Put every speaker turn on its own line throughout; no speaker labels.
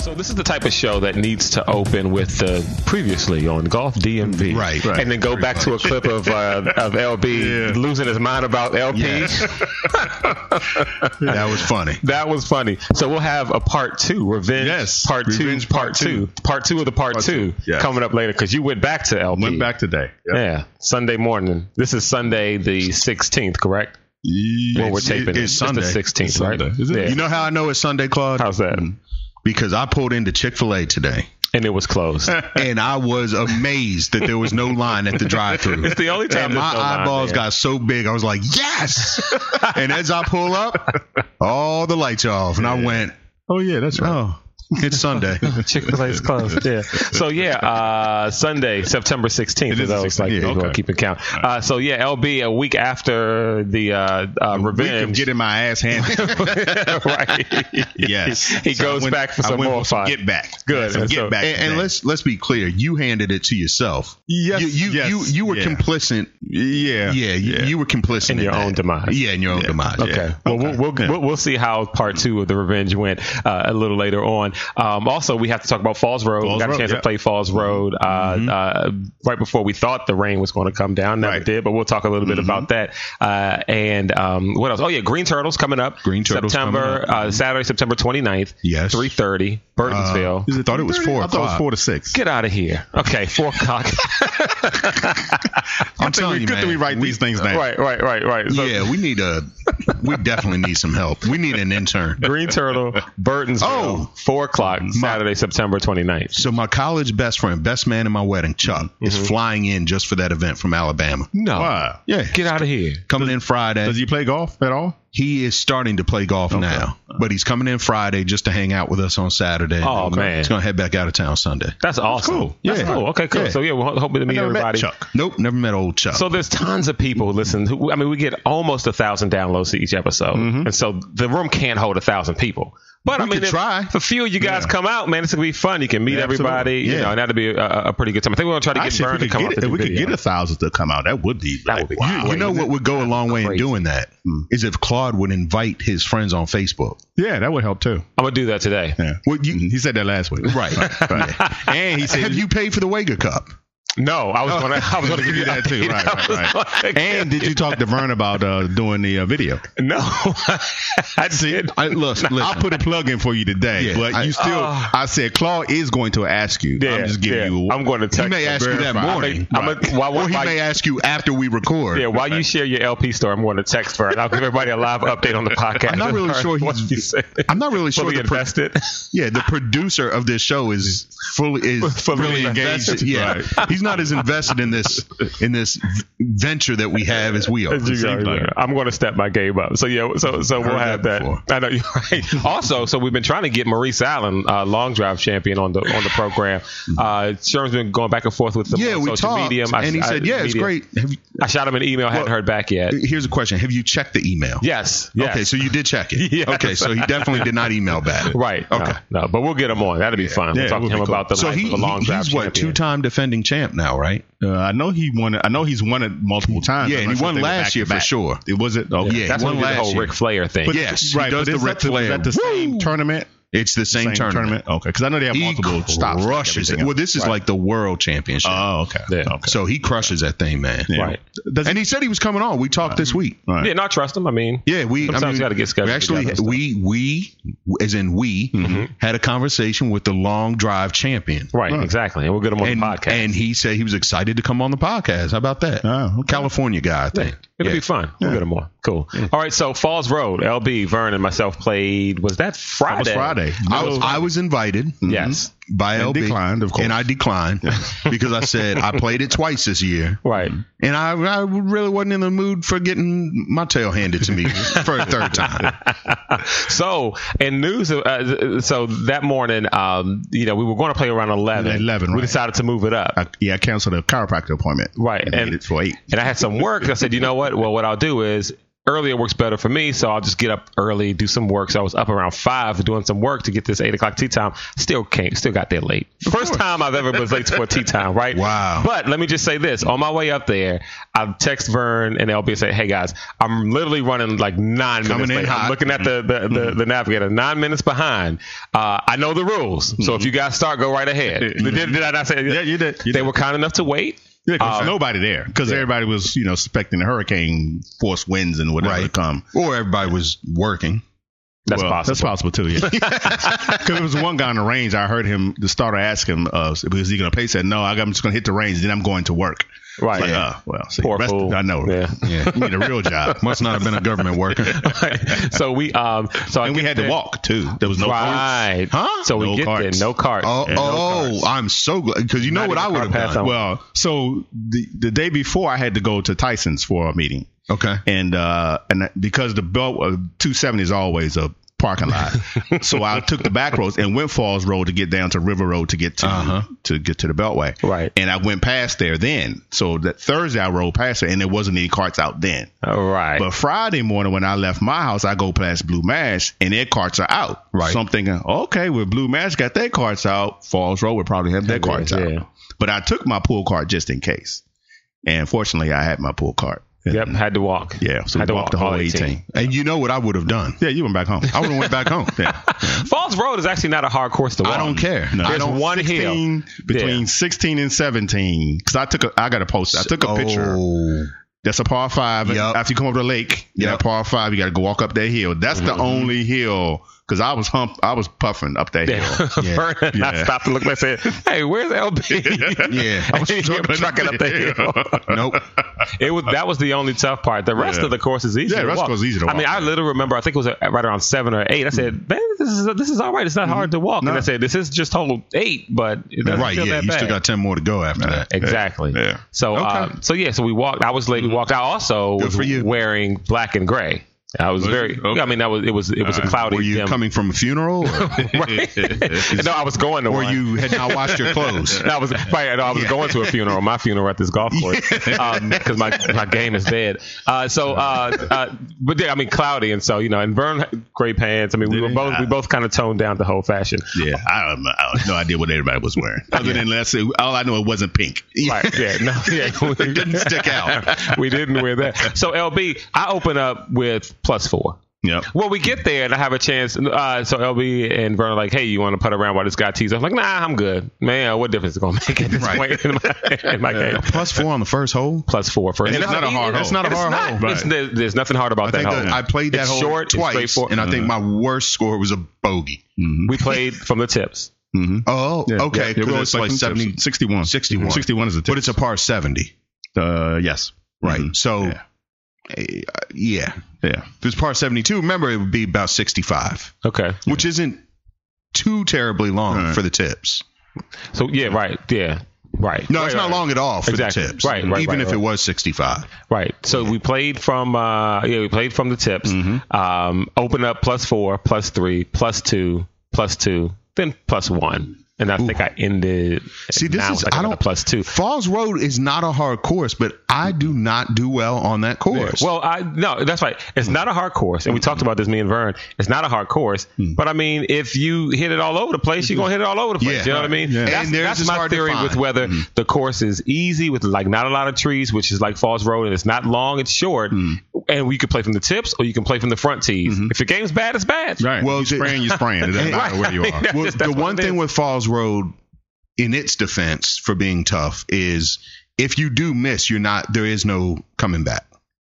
So this is the type of show that needs to open with uh, previously on Golf DMV,
Right, right.
and then go back to a clip of uh, of LB losing his mind about LP.
Yes. that was funny.
That was funny. So we'll have a part two, revenge.
Yes,
part two,
revenge
part,
part
two.
two.
part two of the part,
Part
two,
two, yes.
coming up later because you went back to LP.
Went back today. Yep.
Yeah, Sunday morning. This is Sunday the sixteenth, correct? Well, we're
It's-
taping it. It's
It's
the
Sunday.
16th,
It's Sunday.
right?
Is it?
Yeah.
You know how I know it's Sunday, Claude?
How's that?
Because I pulled into Chick Fil A today,
And it was closed.
and I was amazed that there was no line at the drive-through.
It's the only time
And
there's
my
no line
eyeballs
there.
got so big, I was like, "Yes!" and as I pull up, all the lights are off, and I went, "Oh yeah, that's right. Oh, it's Sunday."
Chick Fil A's closed. Yeah. So yeah, uh, Sunday, September sixteenth.
It
For
is the
those like
16th, yeah.
people
Okay.
keeping count. Uh, so yeah, LB a week after the uh, uh,
Week of
revenge.
getting my ass handed.
right.
yes,
He
So I
goes
went-
back for
I
some
went
more fun.
Get back.
Good.
Some
And
get
so-
back.
And, and
today.
let's let's be clear. You handed it to yourself.
Yes,
You you
yes,
you, you were
yeah.
complicit.
Yeah.
Yeah, you, you were complicit
In your
that.
own demise.
Yeah, in your own demise. yeah.
Okay. Well, we'll we'll, we'll we'll see how part two of the revenge went uh, a little later on. Um, also, we have to talk about Falls Road. we
Falls
got a
Road,
chance
yeah.
to play
Mm-hmm.
Falls Road uh, uh, right before we thought the rain was going to come down. Never
Right. Mm-hmm.
did, but we'll talk a little bit about that. Uh, and um, what else? Oh yeah, Green Turtles coming up.
Green Turtles
September
coming up. Mm-hmm.
uh, Saturday, September 29th.
Yes.
Three thirty, Burtonsville.
Uh, I thought it was four
I thought it was
o'clock.
four to six.
Get out of here. Okay, four o'clock.
I'm
Good
telling you,
that
man.
we write these things down.
right, right, right, right. So,
yeah, we need a. We definitely need some help. We need an intern.
Green Turtle, Burtonsville,
Oh.
4 o'clock, Saturday, September 29th.
So my college best friend, best man in my wedding, Chuck, is
Mm-hmm.
flying in just for that event from Alabama.
No.
Wow.
Yeah,
Get out of here.
coming in Friday.
Does he play golf at all?
He is starting to play golf now, but he's coming in Friday just to hang out with us on Saturday.
Oh,
Okay.
man.
he's gonna head back out of town Sunday.
That's awesome.
cool.
That's
Yeah.
cool. Okay, cool.
Yeah.
So, yeah, we're ho- hoping to meet
never met
everybody.
Chuck.
Nope, never met old Chuck.
So there's tons of people who listen. Who, I mean, we get almost a thousand downloads to each episode,
Mm-hmm.
and so the room can't hold a thousand people. But I
We
mean,
could
if
try.
a few of you guys come out, man, it's gonna be fun. You can meet
Yeah,
everybody,
absolutely.
you
Yeah.
know, and that'll be a, a pretty good time. I think we're gonna try to get
Actually, if
Vern
we
to
could
come
get,
out to
it, if
do
we could
video.
get a thousand to come out, that would be. Hmm.
That
like,
would be
wow.
you know what would go a long way in doing that is if Claude would invite his friends on Facebook.
Yeah, that would help too.
I'm gonna do that today.
Yeah. Well, you, he said that last week.
Right.
and he said,
Have you paid for the Wager Cup?
No, I was gonna, I was gonna give you
that too. Right,
I was
right, right.
gonna-
And did you talk to Vern about uh, doing the uh, video?
no, I did.
I, look, listen,
I'll put a plug in for you today,
Yeah,
but
I-
you still. I said Claude is going to ask you.
uh, Yeah,
I'm just giving
yeah.
you.
I'm going to text
He may
him.
ask you that
Verify.
morning.
I'm a-
Right.
while-
or he
while-
may ask you after we record.
Yeah, while you share your LP story, I'm going to text for it. I'll give everybody a live update on the podcast.
I'm not really sure
What
he's-
you said.
I'm not really
Fully
sure. The pro-
invested.
yeah, the producer of this show is fully is
Fully
really engaged.
invested.
Yeah,
Right.
he's not as invested in this in this v- venture that we have as we are.
like it.
I'm going to step my game up. So yeah, so so we'll
heard
have
that
that.
before.
I know you're right. Also, so we've been trying to get Maurice Allen, uh, long drive champion, on the on the program. Uh, Sherman's been going back and forth with them
Mm-hmm. Yeah,
on
we
social
talked,
media. I-
and he
I-
said, "Yeah, it's
media.
great." Have you,
I shot him an email. hadn't
Well-
heard back yet.
here's a question: Have you checked the email?
Yes. yes.
Okay, so you did check it.
Yes.
Okay, so he definitely did not email back.
Right.
Okay.
No, no, but we'll get him on. That'll be fun. We'll
Yeah,
talk
it
to
would
him
be cool.
about the
So
life
he,
of a long
he-
drive
he's what
champion.
two time defending champ now, right?
Uh, I know he won. it. I know he's won it multiple times.
Yeah, and he
I'm not sure
won
if they were
last
back
year
to
for
back.
sure.
It was it. Okay.
Yeah,
That's
he
when
won
we did the
last
whole
year.
Ric Flair thing.
But-
yes, he
right.
does
but
the
is
Ric
that the-
Flair.
Is that the same
Woo!
tournament?
It's the same, tournament.
Okay, because I know they have
He
multiple stops. like
crushes it.
everything
Well,
else.
this is like the world championship.
Oh, okay.
Yeah.
Okay.
So he crushes that thing, man.
Yeah.
Right.
Does he,
And he said he was coming on. We talked this week.
all right.
Yeah, no, I trust him. I mean,
Yeah, we.
Sometimes
I mean,
you gotta get scheduled
we Actually,
together and stuff.
we we as in we
Mm-hmm.
had a conversation with the long drive champion.
right, exactly. And we'll get him on
And,
the podcast.
and he said he was excited to come on the podcast. How about that?
Oh, okay.
California guy, I think.
It'll
Yeah.
be fun. We'll get him on. Cool.
Mm.
All right. So Falls Road, LB, Vern, and myself played. Was that Friday?
That was Mm-hmm. Friday.
I was, I was invited.
Yes.
by
And
LB.
declined, of course.
And I declined because I said I played it twice this year.
Right.
And I, I really wasn't in the mood for getting my tail handed to me for a third time.
Uh, So in news, uh, so that morning, um, you know, we were going to play around eleven.
11,
We
right.
decided to move it up.
I, yeah, I canceled a chiropractor appointment.
Right,
And,
and-
made it for eight.
and I had some work. I said, you know what? Well, what I'll do is earlier works better for me, so I'll just get up early, do some work. So I was up around five doing some work to get this eight o'clock tea time. Still came, still got there late. First time I've ever been late for a tea time, right?
Wow.
But let me just say this: on my way up there, I text Vern and LB and say, "Hey guys, I'm literally running like nine minutes
in
late. I'm
hot.
looking at the the,
Hmm.
the, the navigator, nine minutes behind. Uh, I know the rules, so if you guys start, go right ahead. Did, did I not say?
Hmm. Yeah, you did. You
they
did.
were kind enough to wait.
Yeah, 'cause
Uh,
nobody there because everybody was, you know, expecting hurricane force winds and whatever to
Right.
come.
Or everybody was working.
That's
Well,
possible.
That's possible too. Yeah. Because there was one guy on the range. I heard him. The starter asked him, uh, "Is he going to play?" He said, "No, I- I'm just going to hit the range. Then I'm going to work."
Right.
Like, uh, well, see,
Poor
rest-
fool.
I know.
Yeah.
Yeah. You need a real job.
Must not have been a government worker.
so we um so I
and we
get
had to
there-
walk too. There was no
right
Huh?
so we
No
get
carts.
there no cart
Oh,
Yeah, no
oh I'm so glad. Because you know
Not
what
even
I would have
car pass
done?
on.
Well, so the the day before, I had to go to Tyson's for a meeting,
Okay.
and uh, and because the belt uh, 270 is always a parking lot, so I took the back roads and went Falls Road to get down to River Road to get to
Uh-huh.
to get to the Beltway.
Right.
and I went past there then. So that Thursday, I rode past there, and there wasn't any carts out then.
all right
But Friday morning when I left my house, I go past Blue Mash and their carts are out.
Right.
So I'm thinking, okay, well, Blue Mash got their carts out. Falls Road would probably have their carts out.
yeah.
But I took my pool cart just in case. And fortunately, I had my pool cart.
yep had to walk
Yeah. So
had
we
to
walked the whole
all
18.
And you know what I would have done?
Yeah, you went back home.
I would have went back home.
Falls Road is actually not a hard course to walk
I don't care.
No.
I
there's
don't.
one hill
16 between
Yeah.
16 and 17 because I took a I got a post I took a picture
Oh.
That's a par five. And
Yep.
After you come over the lake, you
Yep.
got a par five. You got to go walk up that hill. That's
Mm-hmm.
the only hill because I was hump, I was puffing up that hill.
Yeah.
Vern and I
Yeah.
stopped to look and said hey where's LB
Yeah.
I was trucking up the hill
nope.
It was that was the only tough part. The rest
Yeah.
of the course is easy.
Yeah,
to
the rest
walk.
of the course is easy to
I mean,
walk.
I literally remember. I think it was at- right around seven or eight. I said, "Man, this is this is all right. It's not hard to walk." And I said, "This is just total eight, but it doesn't
Right.
feel
Yeah.
that
You
bad."
still got 10 more to go after that.
exactly.
Yeah.
So, uh, so yeah. So we walked. I was late. We walked. I also was
for you.
wearing black and gray. I was, very.
it? Okay.
I mean, that was it was it was a cloudy.
Were you
dim-
coming from a funeral? Or,
Right. no, I was going to.
or
one.
you had not washed your clothes?
I was right, no, I was going to a funeral, my funeral at this golf course, because my my game is dead. Uh, so, uh, uh, but yeah, I mean, cloudy, and so you know, and Vern had gray pants. I mean, we were both we both kind of toned down the whole fashion.
Yeah, I, don't know. I have no idea what everybody was wearing. Other than less, all I know it wasn't pink.
Right? Yeah, no, yeah, we
Didn't stick out.
we didn't wear that. So, LB, I open up with plus four.
Yep.
Well, we get there and I have a chance. Uh, so LB and Vern are like, "Hey, you want to putt around while this guy tees?" I'm like, "Nah, I'm good, man. What difference is it gonna make at this
Right.
point in my, in my game?"
Plus four on the first hole.
plus four for
And
and
it's
that's
not a hard
easy.
hole. It's not a
And
hard hole.
It's- there- there's nothing hard about
I think
that hole.
that I played that
It's
hole
short, it's
twice,
straightforward.
and I think my worst score was a bogey.
we played from the tips.
Oh, okay.
Yeah,
'cause
we always
it's
play
like
from
70,
tips. 61.
61.
61 is the tip.
but it's a par 70.
uh, yes.
Right.
Mhm.
So,
Yeah.
eh, uh, yeah.
Yeah.
If it's par 72, remember it would be about 65,
Okay.
which isn't too terribly long
Right.
for the tips.
So yeah, right. Yeah. Right.
No,
right,
it's not
right,
long at all for
Exactly.
the tips.
Right, right,
Even
right,
if
right.
it was 65.
Right. So we played from uh yeah, we played from the tips.
Mm-hmm.
Um open up plus 4, plus 3, plus 2, plus 2, then plus 1. And I think I ended
See, this
now
is-
like
I
with a
don't-
plus 2.
Falls Road is not a hard course, but I do not do well on that course.
Well, I no, that's right. It's
Hmm.
not a hard course, and we talked about this, me and Vern. It's not a hard course,
Hmm.
but I mean, if you hit it all over the place, you're gonna hit it all over the place.
Yeah.
you know what I mean?
Yeah.
That's,
And theirs
that's
is
my
hard to
theory
find. Hmm.
with whether the course is easy with like not a lot of trees, which is like Falls Road, and it's not long, it's short,
Hmm.
and we could play from the tips or you can play from the front tees. If your game's bad, it's bad.
Right.
Well,
Well, you
the-
spraying, you spraying. It doesn't matter where you are.
Well,
That's
the
what
one
it
thing
is.
with Falls Road, in its defense for being tough, is if you do miss, you're not there is no coming back.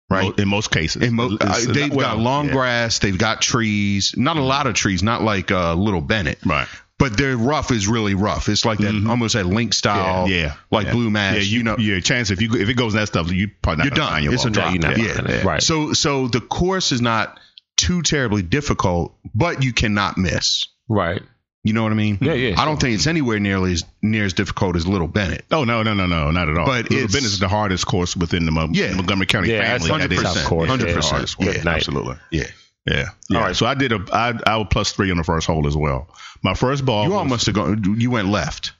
Right.
Mo- In most cases.
In mo-
It's-
uh,
it's
they've
not- well,
got long
yeah. Mm-hmm.
grass. They've got trees. Not a lot of trees. Not like uh, Little Bennett.
Right. Mm-hmm.
But their rough is really rough. It's like that almost that link style.
Yeah, yeah,
Like
yeah.
Blue Mash.
Yeah, you,
you know.
your chance if you if it goes in that stuff, you probably not
You're
gonna
done.
find your
It's a
ball.
drop.
you're not
Yeah.
gonna- Right.
So so the course is not too terribly difficult, but you cannot miss.
Right.
You know what I mean?
Yeah, yeah,
I don't think it's anywhere nearly as near as difficult as Little Bennett.
Oh no, no, no, no, not at all.
But
Little
it's-
Bennett is the hardest course within the Mo-
Yeah.
Montgomery County
Yeah, that's like
family. that
the
is-
tough course,
hundred
yeah,
percent.
hardest one.
Yeah,
Good night.
absolutely.
Yeah.
Yeah.
All
All right.
right.
So I did a I I was plus three on the first hole as well. My first ball.
You
was-
all must have gone. You went left.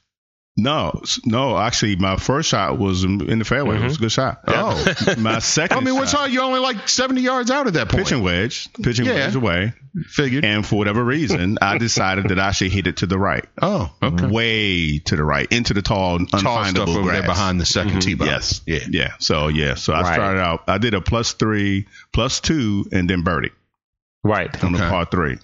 no s- no actually my first shot was in the fairway.
Mm-hmm.
It was a good shot.
Oh.
my second.
I mean, what's
shot,
all? You're only like 70 yards out at that point.
Pitching wedge, pitching
Yeah.
wedge away,
Figured.
and for whatever reason, I decided that I should hit it to the right,
oh, okay.
way to the right, into the tall, unfindable
Tall stuff over
grass.
there behind the 2nd tee box.
Yes.
Yeah.
Yeah. So yeah. So I
Right.
started out. I did a plus three, plus two, and then birdie
Right.
on the
Okay.
par three.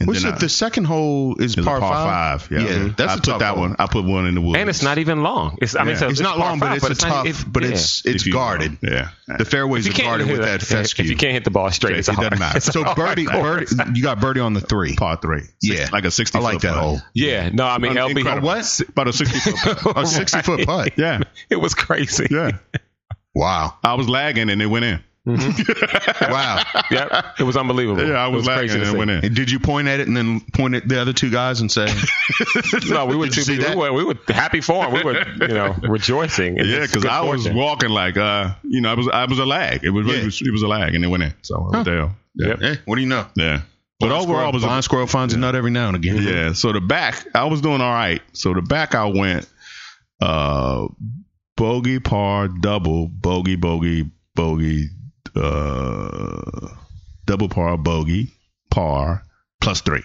And
What's
then
it?
I-
the second hole is,
it's a
par,
five. Yeah.
Yeah, that's
I
a
put
tough
that
hole.
one. I put one in the woods.
And it's not even long. It's I mean,
Yeah.
it's, a-
It's not
par
long, but
five,
it's a tough.
not- it-
but
yeah.
it's
If
it's
you-
guarded.
Yeah.
The fairways
If
are
you can't
guarded
hit
with
it-
that
If you
fescue.
can't hit the ball straight, it's a
It
hard.
doesn't matter.
it's a
So
hard
birdie,
course.
birdie, you got birdie on the three.
Par three. Six-
Yeah.
Like a sixty.
I like
foot
that
putt.
hole.
Yeah, no, I mean LB.
Incredible.
What?
About a sixty foot. putt.
A 60 foot putt.
Yeah.
It was crazy.
Yeah.
Wow.
I was lagging and it went in.
Wow.
Yep, it was unbelievable.
Yeah, I
it
was,
was
lagging
crazy
and
to
it
see.
went in.
And did you point at it and then point at the other two guys and say,
No, we were too.
see
We
that?
were, we were happy for him. We were, you know, rejoicing. in
Yeah,
this
because
good
I was
fortune.
walking like uh, you know, I was I was a lag. It was, really-
Yeah.
it was it was a lag, and it went in. So what the hell? Yeah,
Yep.
eh, what do you know?
yeah. But
Blind
overall,
squirrel-
it was a
blind squirrel finds a nut every now and again.
Yeah. So the back, I was doing all right. So the back, I went uh bogey par double bogey bogey bogey uh double par bogey par plus three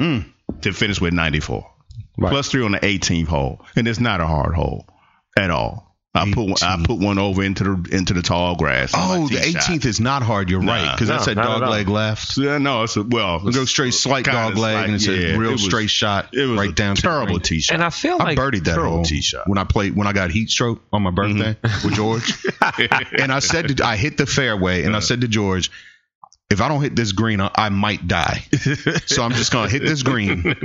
Mm.
to finish with ninety four
Right.
plus three on the 18th hole, and it's not a hard hole at all. I put one, I
18th.
put one over into the into the tall grass. on my
Oh,
tee
the
shot.
18th is not hard. You're
Nah.
right. Because that's
No,
a
not at
dog
all.
leg left.
Yeah, no, it's a, well,
Go straight, slight
kinda
dog leg,
slight,
and it's
yeah,
a real
it was-
straight shot
It was
right
a
down to the
terrible
green.
tee shot.
and I feel
I
like
birdied that
terrible Mm-hmm.
hole
tee shot.
when I played when I got heat stroke on my birthday with George, and I said to, I hit the fairway, and I said to George, if I don't hit this green, I, I might die. so I'm just gonna hit this green,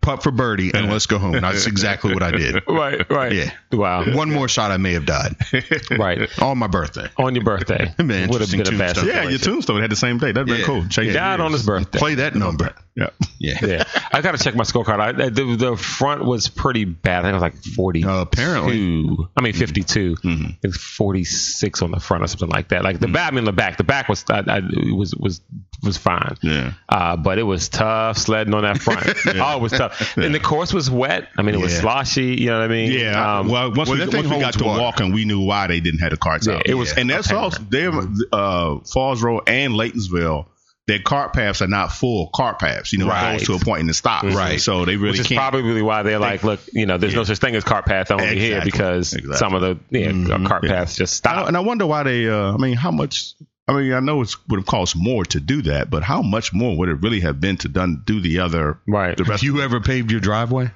putt for birdie, and let's go home. And that's exactly what I did.
right, right.
Yeah.
Wow.
One more shot, I may have died
Right.
on Oh, my birthday.
Oh,
On your birthday.
It'd been
Would have
interesting
been a bad
tombstone.
yeah, your tombstone had the same day. That'd been
Yeah.
cool.
He
Change
died on his birthday.
Play that number.
Yeah.
Yeah.
yeah. I got to check my scorecard. I, I- the, the front was pretty bad. I think it was like 40.
Uh, apparently,
I mean, 52.
Mm-hmm.
It's 46 on the front or something like that. Like the back, I mean, the back. The back was I, I, it was was was fine.
Yeah.
Uh, but it was tough sledding on that front. Oh, it was tough. And the course was wet. I mean, it was
Yeah.
sloshy. You know what I mean?
Yeah.
Um,
well, once
well,
we,
that
once
thing
we got
holds
to
water.
walking, we knew why they didn't have the carts
Yeah,
out.
it was
and that's
okay.
also they uh, Falls Road and Laytonsville. Their cart paths are not full cart paths. You know,
Right.
it goes to a point and it stops.
Right.
So they really
which is
can't.
probably why they're like, look, you know, there's no such thing as cart path only here
Exactly. Mm-hmm.
because
Exactly.
some of the yeah, cart paths just
I don't-
stop.
and I wonder why they. Uh, I mean, how much? I mean, I know it would have cost more to do that, but how much more would it really have been to done do the other?
Right.
The rest.
you ever paved your driveway?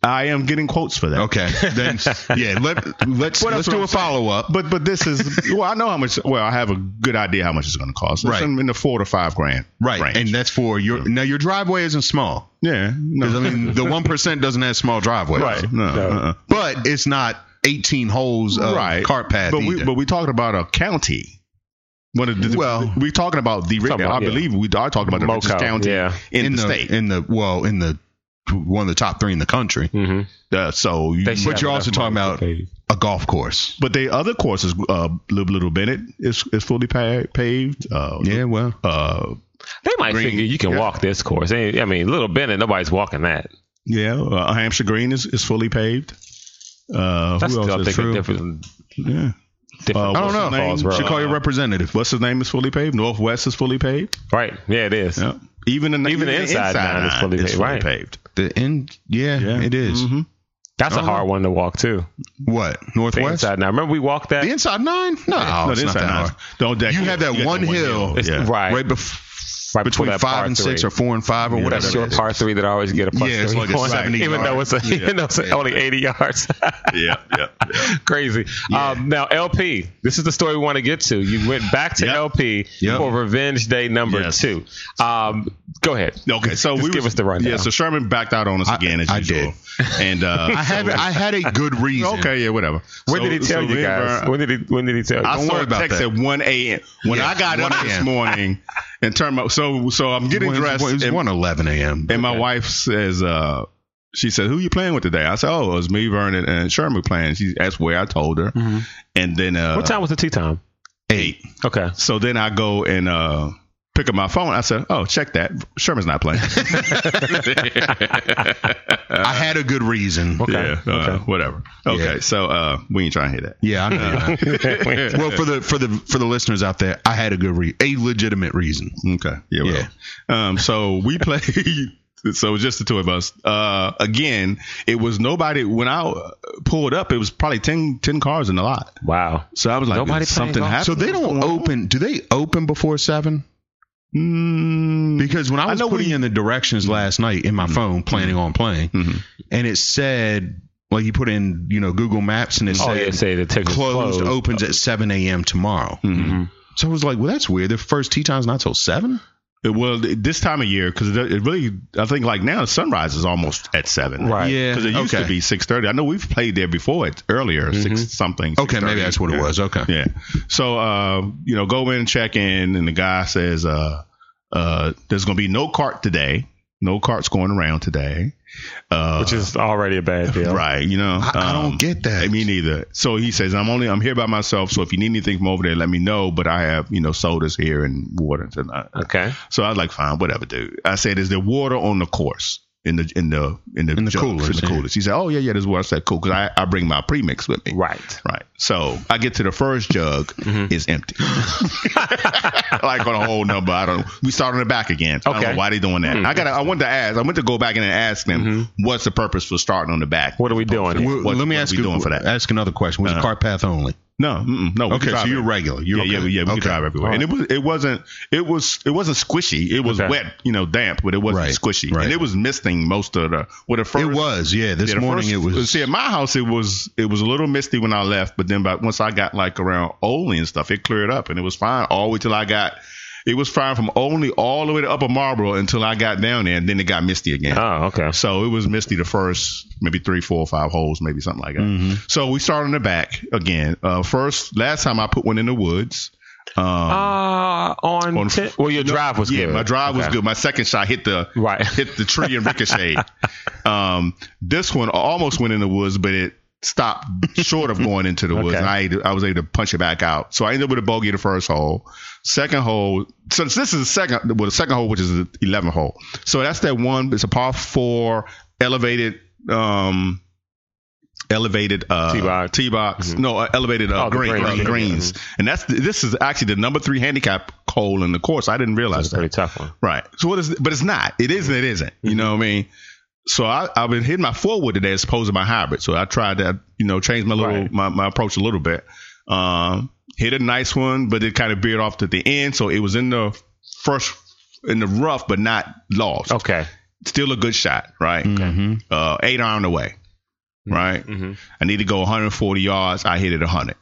I am getting quotes for that.
Okay, then yeah. Let let's let's
Well, that's
do
what
a
I'm saying.
follow up.
But but this is well, I know how much. Well, I have a good idea how much it's going to cost. It's
Right.
in, in the four to five grand.
Right.
range.
And that's for your now your driveway isn't small.
yeah, no,
'Cause, I mean the one percent doesn't have small driveways.
Right.
no,
No.
uh-uh.
But it's not eighteen holes of
right.
cart path.
But we
either.
but we talking about a county. One of the,
Well-
we talking about the.
Somewhat,
I
yeah.
believe we are talking about the richest
Moco,
county
yeah.
in, the, state.
In the well, in the one of the top three in the country.
Mm-hmm.
Uh, so you,
They should
But you're
have
also
enough
talking
money
about
to pay.
a golf course.
But the other courses, uh, Little, Little Bennett is is fully pa- paved. Uh,
well.
Uh,
They might
Green,
figure you can
yeah.
walk this course. They- I mean, Little Bennett, nobody's walking that.
yeah. Uh, Hampshire Green is, is fully paved. Uh,
That's
who
still,
else
I
is
think, a
true?
different.
Yeah.
different
Uh,
I don't
what's
know.
his name?
Falls Road.
Should call your representative.
What's his name is fully paved. Northwest is fully paved.
Right. Yeah, it is.
Yeah. Even the
Even the inside nine is fully paved, right.
paved.
The end. Yeah,
Yeah.
it is.
Mhm.
That's a
Oh.
hard one to walk, too.
What
The
northwest?
inside now. Remember we walked that?
The inside nine? No,
No,
Oh, it's
the
not
inside
that
nine.
hard.
Don't that
You have that one hill.
It's-
Yeah.
Right.
Right bef-
Right before
between
that
five
par
and six
three.
or four and five or whatever.
That's
it
your
is.
par three that I always get a plus
Yeah, it's
three
like a
on,
70
even
yard.
though it's a, even though it's only 80 yards.
Yeah. Yeah. yeah.
Crazy. Um, now, LP, this is the story we want to get to. You went back to
Yep.
LP
Yep.
for Revenge Day number
Yes.
two. Um, go ahead.
Okay. So
Just
we
give
was-
us the rundown.
Yeah. So Sherman backed out on us again as
I
usual. And uh,
I had I had a good reason.
Okay. Yeah. Whatever.
When
So-
did he tell
so
you
River-
guys? When did he? When did he tell you?
I
Don't
saw
worry
a
about
text
that.
at 1 a.m. When
Yeah,
I got
1
up this
a.m..
morning, and turn my so so I'm getting
Well,
dressed.
It's, well, it's
and,
1 11 a.m.
and my wife says, uh, she said, "Who you playing with today?" I said, "Oh, it was me, Vernon, and Sherman playing." She that's where I told her. And then uh,
what time was the tea time?
Eight.
Okay.
So then I go and uh, pick up my phone. I said, "Oh, check that. Sherman's not playing."
I had a good reason.
Yeah. uh, whatever. Okay.
Yeah.
So uh, we ain't trying to hear
Yeah, I know.
that.
well, for the for the for the listeners out there, I had a good re a legitimate reason.
Okay. Yeah. Well. Um, so we played. So just the two of us. Uh, again, it was nobody. When I uh, pulled up, it was probably 10, 10 cars in the lot.
Wow.
So I was like,
Nobody
is
playing
something
golf?
happened.
So they don't open. Do they open before seven?
Mm,
Because when I was
know
putting
we- Mm-hmm.
in the directions last night in my phone, planning on playing,
Mhm.
and it said like you put in you know Google Maps and it
Oh,
said
yeah, say the ticket
closed,
closed.
opens at seven a.m. tomorrow.
Mm-hmm.
So I was like, well, that's weird. The first tea time's not till seven.
well, this time of year, because it, it really, I think like now, sunrise is almost at seven.
Right.
Yeah.
Because it used
okay. Mm-hmm.
to be six thirty. I know we've played there before. It's earlier, six something.
Okay, maybe
6:30.
that's what it was. Okay.
Yeah. So uh, you know, go in, check in, and the guy says, uh, uh, there's gonna be no cart today. No carts going around today. Uh,
Which is already a bad deal.
right, you know.
I, I
um,
don't get that.
Me neither. So he says, I'm only I'm here by myself, so if you need anything from over there, let me know. But I have, you know, sodas here and water and tonight.
Okay.
So I was like, fine, whatever, dude. I said, is there water on the course? In the in the in the,
In the
jugs,
coolers,
in the
yeah.
coolers. He said, "Oh yeah, yeah, there's water." I said, "Cool," because I, I bring my premix with me.
Right.
Right. So I get to the first jug,
Mm-hmm.
it's empty. like on a whole number. I don't know. We start on the back again. I don't
Okay.
know why they doing
Mm.
that. I got to I wanted to ask, I went to go back in and ask them
Mm-hmm.
what's the purpose for starting on the back.
What are we doing? here?
Well,
what-
let me
what
ask
we
you
doing for that? Uh,
Ask another question. Was it cart path only?
No, mm-mm, no. we can
Okay,
drive
so you're
everywhere.
regular. You're
yeah,
okay.
yeah, yeah. We
okay.
can drive everywhere, and it was it wasn't it was it wasn't squishy. It was
Okay.
wet, you know, damp, but it wasn't
Right,
squishy,
right.
and it was misting most of the. Well, the first
It was, yeah. This
yeah, the
morning
first-
it was.
See, at my house, it was it was a little misty when I left, but then by, once I got like around Olney and stuff, it cleared up, and it was fine all the way till I got. It was fine from Olney all the way to Upper Marlboro until I got down there, and then it got misty again.
Ah.
Oh, okay.
So it was misty the first maybe three, four, or five holes, maybe something like that.
Mm-hmm.
So we start on the back again. Uh, first, last time I put one in the woods. Um,
Uh, on,
on-
ten- well, your drive was
yeah,
good.
my drive was
Okay.
good. My second shot hit the
Right.
hit the tree and ricocheted. um, this one almost went in the woods, but it stopped short of going into the woods.
Okay.
And I had- I was able to punch it back out. So I ended up with a bogey the first hole. Second hole. So this is the second well the second hole, which is the 11th hole. So that's that one. It's a par four elevated. Um, elevated uh,
T-box.
T-box. No, uh, elevated
Oh,
uh,
the
green,
green,
green-
okay.
greens. And that's this is actually the number three handicap hole in the course. I didn't realize
That's Mm-hmm. a pretty
that.
tough one.
Right. So what is? But it's not. It is and it isn't. You know what I mean? So I, I've been hitting my forward today as opposed to my hybrid. So I tried to you know change my little
Right.
my, my approach a little bit. Um, hit a nice one, but it kind of veered off at the end. So it was in the first in the rough, but not lost.
Okay.
Still a good shot, right?
Mhm.
Uh, eight iron away, right?
Mhm.
I need to go 140 yards. I hit it 100.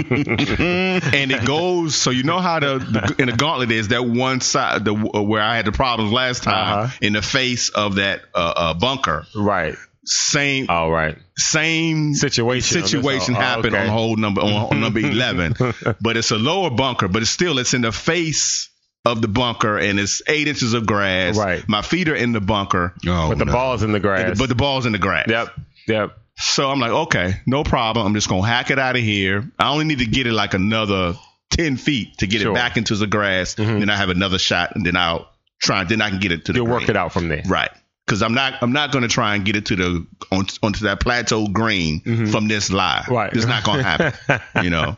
and it goes so you know how the, the in the gauntlet is that one side the uh, where I had the problems last time
Uh-huh.
in the face of that uh, uh, bunker
Right.
same
All right.
same
Uh, Situation. on this
situation
hole. Oh,
happened
okay.
on hole number on, hole number 11 but it's a lower bunker but it's still it's in the face of the bunker and it's eight inches of grass
Right.
my feet are in the bunker
Oh,
But the
no.
ball's in the grass.
but the ball's in the grass
yep. Yep.
so I'm like, okay, no problem. I'm just gonna hack it out of here. I only need to get it like another ten feet to get
Sure. Mm-hmm.
it back into the grass. Then I have another shot, and then I'll try. Then I can get it to the.
You'll work
green.
it out from there.
right? Because I'm not I'm not gonna try and get it to the on, onto that plateau green from this lie.
Mm-hmm. Right.
it's not gonna happen. you know.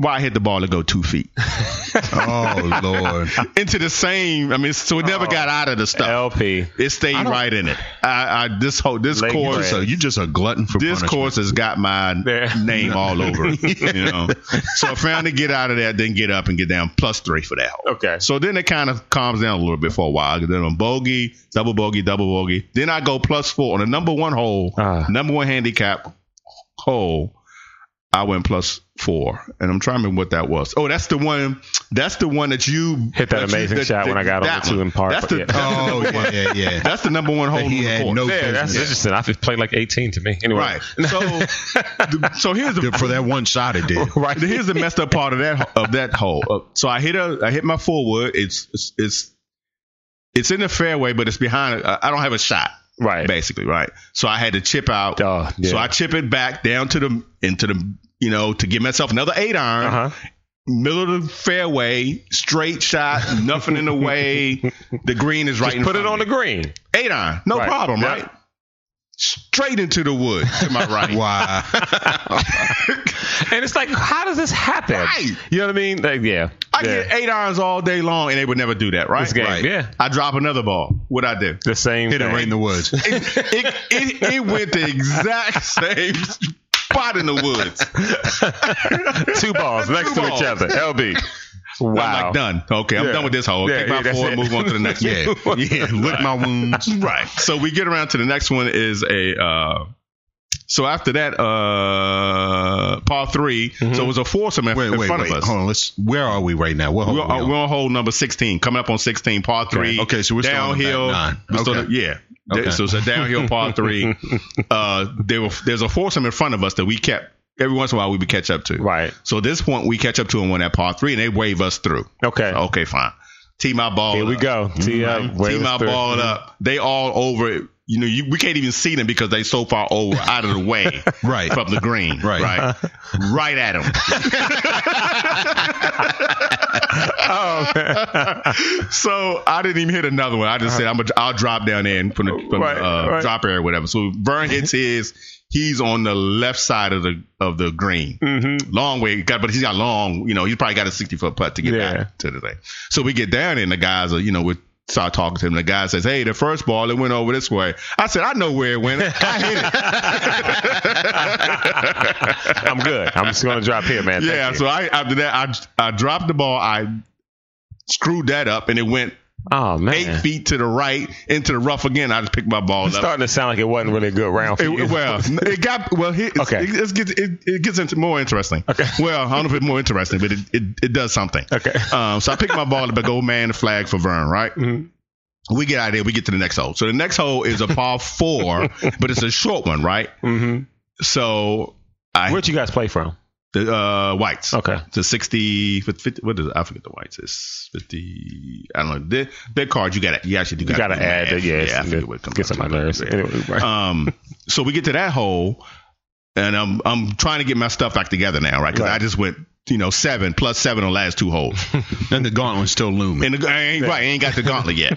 Why I hit the ball to go two feet
oh lord.
into the same? I mean, so it never got out of the stuff.
LP.
it stayed right in it. I, I this whole this
Leg
course
press.
So you just a glutton for
this
punishment.
course has got my
There.
name all over it. You know, so I found to get out of there, then get up and get down plus three for that. hole.
Okay.
So then it kind of calms down a little bit for a while. Then on bogey, double bogey, double bogey. Then I go plus four on the number one hole,
Ah.
number one handicap hole. I went plus four, and I'm trying to remember what that was. Oh, that's the one. That's the one that you
Hit that
you-
amazing shot when I got
that
over to
one.
in par-
That's the,
yeah.
that's, the
Oh
number
yeah,
one,
yeah, yeah.
that's the number one hole in
he
the
had
court.
no
Yeah, that's
business.
interesting. I played like 18 to me. Anyway,
right. So, the- so here's the
Good for that one shot it did.
right. Here's the messed up part of that of that hole. Uh, so I hit a I hit my forward. It's it's it's, it's in the fairway, but it's behind. I I don't have a shot.
Right.
Basically, right. So I had to chip out.
Duh, yeah.
So I chip it back down to the into the you know to give myself another eight iron.
Uh-huh.
Middle of the fairway, straight shot, nothing in the way. The green is right. in
Just put
front
it
of
on
me.
the green.
eight iron, no
Right.
problem,
Yeah.
right? Straight into the wood to my right.
Wow.
And it's like, how does this happen?
Right.
You know what I mean? Like, yeah.
I
yeah.
get eight irons all day long, and they would never do that, right?
This game,
Right.
yeah.
I drop another ball. What I do?
the same
Hit it
thing.
right in the woods.
It, it, it, it went the exact same spot in the woods.
Two balls next
Two
to
balls.
each other. LB.
I'm
Wow.
like done. Okay, I'm
Yeah.
done with this hole.
Yeah,
Take
yeah,
my
that's
four and
it.
move on to the next.
Yeah,
one.
yeah. Lick my wounds.
right. So we get around to the next one is a. Uh, so after that, uh, par 3 So it was a foursome in,
Wait,
in
wait,
front
wait.
of us.
Hold on. Let's. Where are we right now? What hole
We're,
are Oh, we
uh,
on?
we're on hole number 16, coming up on 16, par three.
Okay, so we're still on the back
downhill.
nine.
We're still-
Okay.
yeah.
Okay.
So it's a downhill par three. Uh, there were, there's a foursome in front of us that we kept, every once in a while, we would catch up to.
Right.
So at this point, we catch up to and one at par three, and they wave us through.
Okay.
Okay, fine. Tee my ball.
Here we
up.
go. Tee up. Wave
Tee
us
my
through.
ball up. They all over it. You know, you, we can't even see them because they so far over, out of the way
Right.
from the green.
Right.
Right, right at them.
Oh, man.
So I didn't even hit another one. I just said I'm a, I'll drop down there and from the, from the,
Right,
uh,
right.
drop area or whatever. So Vern hits his. He's on the left side of the of the green. Mm-hmm. Long way, got, but he's got long. You know, he's probably got a sixty foot putt to get
Yeah.
back to the thing. So we get down there and the guys are you know we start talking to him. The guy says, "Hey, the first ball it went over this way." I said, "I know where it went. I hit it."
I'm good. I'm just going to drop here, man.
yeah.
Thank
So
you.
I after that I I dropped the ball. I screwed that up and it went
oh, man.
eight feet to the right into the rough again. I just picked my ball
It's
up.
starting to sound like it wasn't really a good round for you.
It, well, it got well. He,
Okay.
it, it gets it, it gets into more interesting.
Okay.
Well, I don't know if it's more interesting, but it, it, it does something.
Okay.
Um, so I pick my ball up and go man the flag for Vern. Right. We get out of there. We get to the next hole. So the next hole is a par four, but it's a short one, right?
Mhm.
So I
Where'd you guys play from?
the uh, whites.
Okay.
It's a 60, with 50, what is it? I forget the whites. It's 50, I don't know. Their, their card, you got to, you actually do
You got to
do math.
add that. Yeah,
yeah I
it's-
forget what it comes
gets
out
on my
to.
nerves.
Yeah.
Anyway, right.
Um, so we get to that hole, and I'm I'm trying to get my stuff back together now, right? Because
Right.
I just went, you know, seven plus seven on the last two holes,
And the gauntlet's still looming.
and the, I ain't right, I ain't got the gauntlet yet.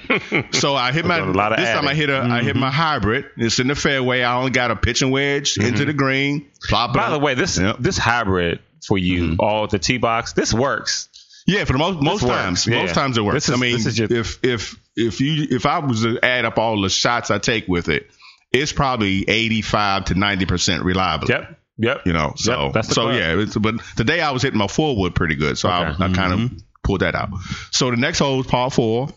So I hit my
There's a lot of Mm-hmm.
this time
adding.
I hit a I hit my hybrid. It's in the fairway. I only got a pitching wedge into the green. Plop it
Mm-hmm. By
up.
the way, this
Yep.
this hybrid for you, all the tee box, this works.
Yeah, for the most most
works,
times,
yeah.
most times it works.
This is-
I mean,
this is your-
if if if you if I was to add up all the shots I take with it, it's probably eighty five to ninety percent reliable.
Yep. Yep.
You know, so
that's the
so
club.
yeah. It's, but today I was hitting my forward pretty good, so I,
Okay. Mm-hmm.
I kind of pulled that out. So the next hole is par four.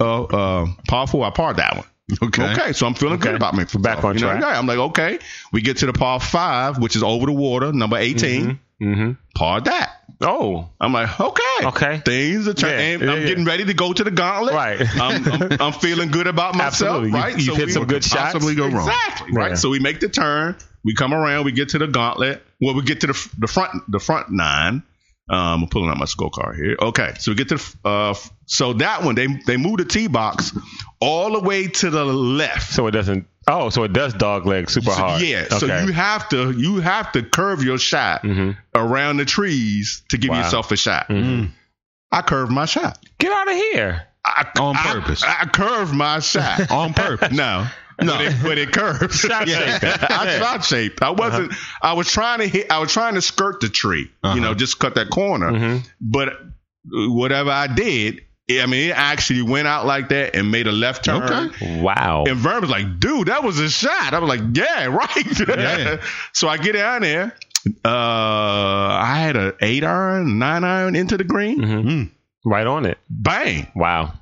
Uh, uh, par four, I parred that one.
Okay.
Okay, so I'm feeling
Okay.
good about me.
We're back on
you know,
track.
yeah, I'm like, okay. We get to the par five, which is over the water, number 18
Mm-hmm.
Parred that.
Oh,
I'm like, okay,
Okay.
Things are
Yeah,
turning.
yeah,
I'm
yeah.
getting ready to go to the gauntlet.
Right.
I'm, I'm, I'm feeling good about myself.
Absolutely. You-
Right.
you've hit
we-
some good
possibly
shots.
go wrong. Exactly.
Yeah.
Right. So we make the turn. We come around. We get to the gauntlet. Well, we get to the the front the front nine. Um, I'm pulling out my scorecard here. Okay, so we get to the, uh, f- so that one they they move the tee box all the way to the left.
so it doesn't. Oh, so it does dog leg super hard.
Yeah,
Okay.
so you have to you have to curve your shot around the trees to give
Wow.
yourself a shot. I curved my shot.
get out of here.
I,
On
I-
purpose.
I, curved my shot.
On purpose.
no, no, but it, but it curved.
Shot shaker.
I shot shaped. I wasn't. I was trying to hit. I was trying to skirt the tree. You know, just cut that corner. But uh, whatever I did, I mean, it actually went out like that and made a left turn.
Okay.
Wow.
And Vern was like, dude, that was a shot. I was like, yeah, right.
Yeah.
so I get down there. Uh, I had an eight iron, nine
Mm-hmm.
iron into the green.
Right on it.
Bang.
Wow.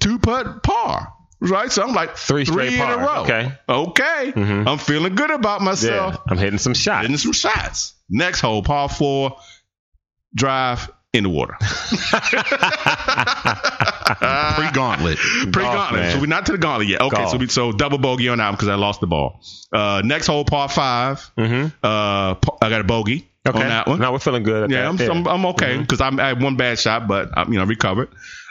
Two putt par. Right, so I'm like
Three
three,
straight
in a
pars.
row.
Okay.
okay.
Mhm.
I'm feeling good about myself
Yeah, I'm hitting some shots.
hitting some shots. Next hole, par four, drive in the water. ah.
Pre gauntlet.
Pre gauntlet.
man.
so we're not to the gauntlet yet. Okay,
Golf.
so we so double bogey on that because I lost the ball. Uh, next hole, par five.
Mm-hmm.
Uh, pa- I got a bogey
Okay.
on that one.
No, we're feeling good. at
yeah,
that.
I'm, I'm I'm okay
Mhm.
because I'm I had one bad shot, but I'm, you know recovered.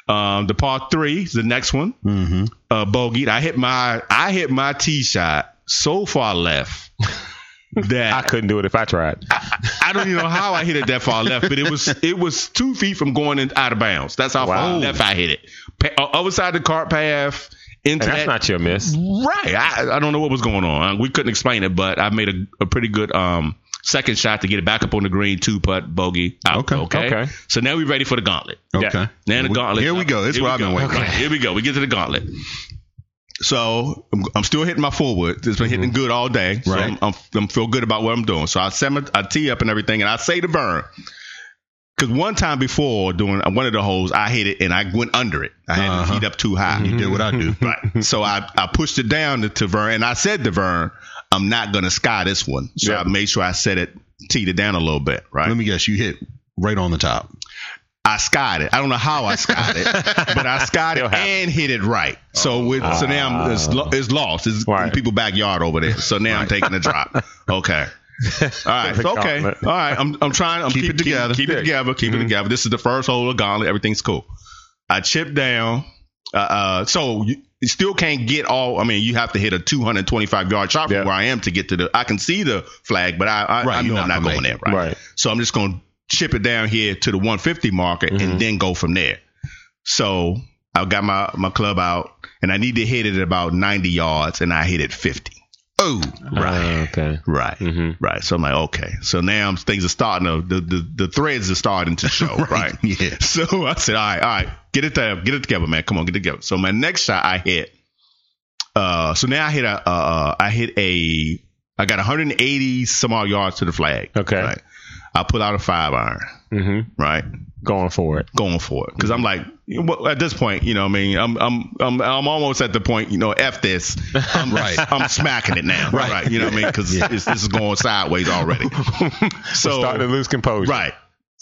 Um, the par three is the next one.
Mm-hmm.
Uh, bogey. I hit my I hit my tee shot so far left that
I couldn't do it if I tried.
I don't even know how I hit it that far left, but it was it was two feet from going in, out of bounds. That's how
Wow.
far left I hit it. Pa- o- other side of the cart path into
And that's
that.
not your miss.
right. I, I don't know what was going on. We couldn't explain it, but I made a, a pretty good um second shot to get it back up on the green, two putt bogey. Out,
Okay.
okay. Okay.
Okay.
So now we're ready for the gauntlet.
Okay.
Yeah.
Now the gauntlet.
Here we go. It's
Here
what
we
I've been
go.
waiting for.
Okay, Here we go. We get to the gauntlet. So I'm, I'm still hitting my forward. It's been hitting good all day. So
Right.
I'm, I'm, I'm feel good about what I'm doing. So I set my I tee up and everything, and I say to burn. Because one time before doing one of the holes, I hit it and I went under it. I had
Uh-huh.
to heat up too high.
You did what I do.
Right. So I, I pushed it down to, to Vern and I said to Vern, I'm not going to sky this one. So
Yeah.
I made sure I set it, teed it down a little bit. Right.
Let me guess. You hit right on the top.
I skied it. I don't know how I skied it, but I skied
Still
it
happened.
and hit it right. So with so now I'm, it's,
Oh.
lo- it's lost. It's in
Right.
people backyard over there. So now I'm taking a drop. Okay. All right.
The
okay.
gauntlet.
All right. I'm I'm trying. I'm
Keep it Mm-hmm.
keep-
together.
Keep, keep it together. Keep it together. This is the first hole of gauntlet. Everything's cool. I chip down. Uh, uh so you, you still can't get all. I mean, you have to hit a 225 yard shot from
Yeah.
where I am to get to the. I can see the flag, but I I,
Right,
I
you're
know
not
I'm not
gonna
going
make
there.
it.
Right.
Right.
So I'm just going to chip it down here to the 150 marker and then go from there. So I got my, my club out and I need to hit it at about 90 yards and I hit it 50.
Oh,
Right. okay.
Right.
Mhm.
Right. So I'm like, okay. So now things are starting to, the, the, the threads are starting to show. right.
Yeah.
So I said, all right, all right, get it there, get it together, man. Come on, get it together. So my next shot I hit. Uh, so now I hit a, uh, uh, I hit a, I got 180 some odd yards to the flag.
Okay.
Right? I pull out a five iron,
hmm
right?
Going for it.
Going for it. Cause I'm like, you know, at this point, you know, what I mean, I'm, I'm, I'm, I'm almost at the point, you know, F this. I'm,
Right.
I'm smacking it now.
Right.
Right. You know what I mean? Cause it's, this is going sideways already.
So
So,
starting to lose composure.
Right.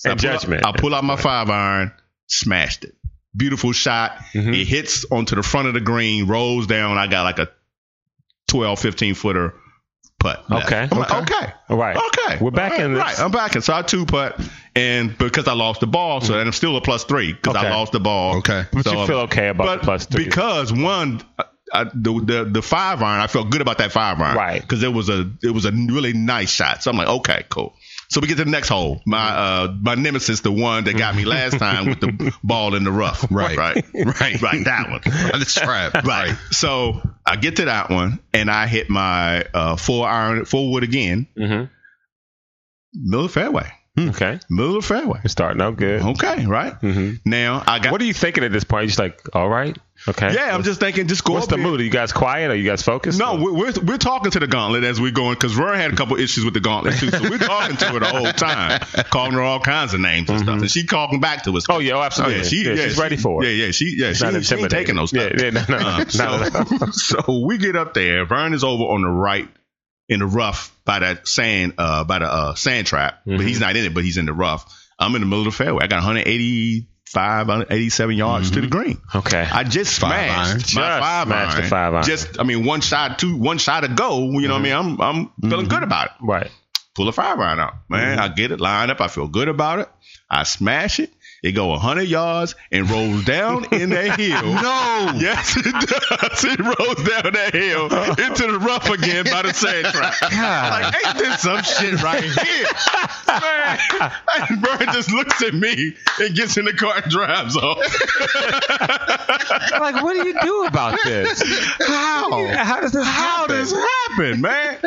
And
I pull out-
judgment.
I pull out my five iron, smashed it. Beautiful shot.
Mhm.
It hits onto the front of the green, rolls down. I got like a 12, 15 footer putt. left.
Okay.
I'm like,
Okay.
okay.
All right.
Okay.
We're back
All right,
in this.
Right. I'm back in. So I two putt, and because I lost the ball, so and I'm still a plus three because
Mm-hmm. Okay.
I lost the ball.
Okay.
But
So,
you
um,
feel okay about
But
the plus three.
because one, I- I, the, the the five iron, I felt good about that five iron,
Right.
Because it was a it was a really nice shot. So I'm like, okay, cool. So we get to the next hole. My
Mm-hmm.
uh my nemesis, the one that got me last time with the ball in the rough,
Right.
right,
Right.
right, that one,
That's right.
right. So I get to that one and I hit my uh four iron four wood again,
mm-hmm.
middle of the fairway,
Okay.
middle of the fairway.
You're starting out good.
Okay, right
hmm
now I got.
What are you thinking at this point? You're just like, all right. Okay.
yeah, I'm just thinking, just go.
What's
up
the
there.
mood? Are you guys quiet? Are you guys focused?
No,
Or-
we're, we're we're talking to the gauntlet as we're going because Rory had a couple issues with the gauntlet too. So we're talking to her the whole time, calling her all kinds of names and stuff, and she calling back to us.
Mm-hmm. Oh yeah, oh, absolutely.
yeah, she, yeah,
she's
she-
ready for it.
Yeah, yeah, she, yeah, she,
not
she ain't
intimidating.
taking those.
Yeah,
Stuff. Uh,
yeah, no, no, no, not at all.
so, so we get up there. Vern is over on the right in the rough by that sand, uh, by the uh, sand trap, but
Mm-hmm.
he's not in it, but he's in the rough. I'm in the middle of the fairway. I got 185, 187 yards to the
Mm-hmm.
green.
Okay.
I just
Five iron.
smashed my
Just
five
smashed the
iron.
five iron. Mm-hmm.
Just, I mean, one shot, two, one shot to go. You know what I mean? I'm, I'm feeling good about it.
right.
Pull a five iron out,
Mm-hmm.
man. I get it lined up. I feel good about it. I smash it. It go hundred yards and rolls down in that hill.
No.
Yes, it does. It rolls down that hill into the rough again by the sand trap. I'm Like, ain't this some shit right here? Man, and Bird just looks at me and gets in the car and drives off.
like, what do you do about this?
How?
How does this
How
happen?
this happened, man?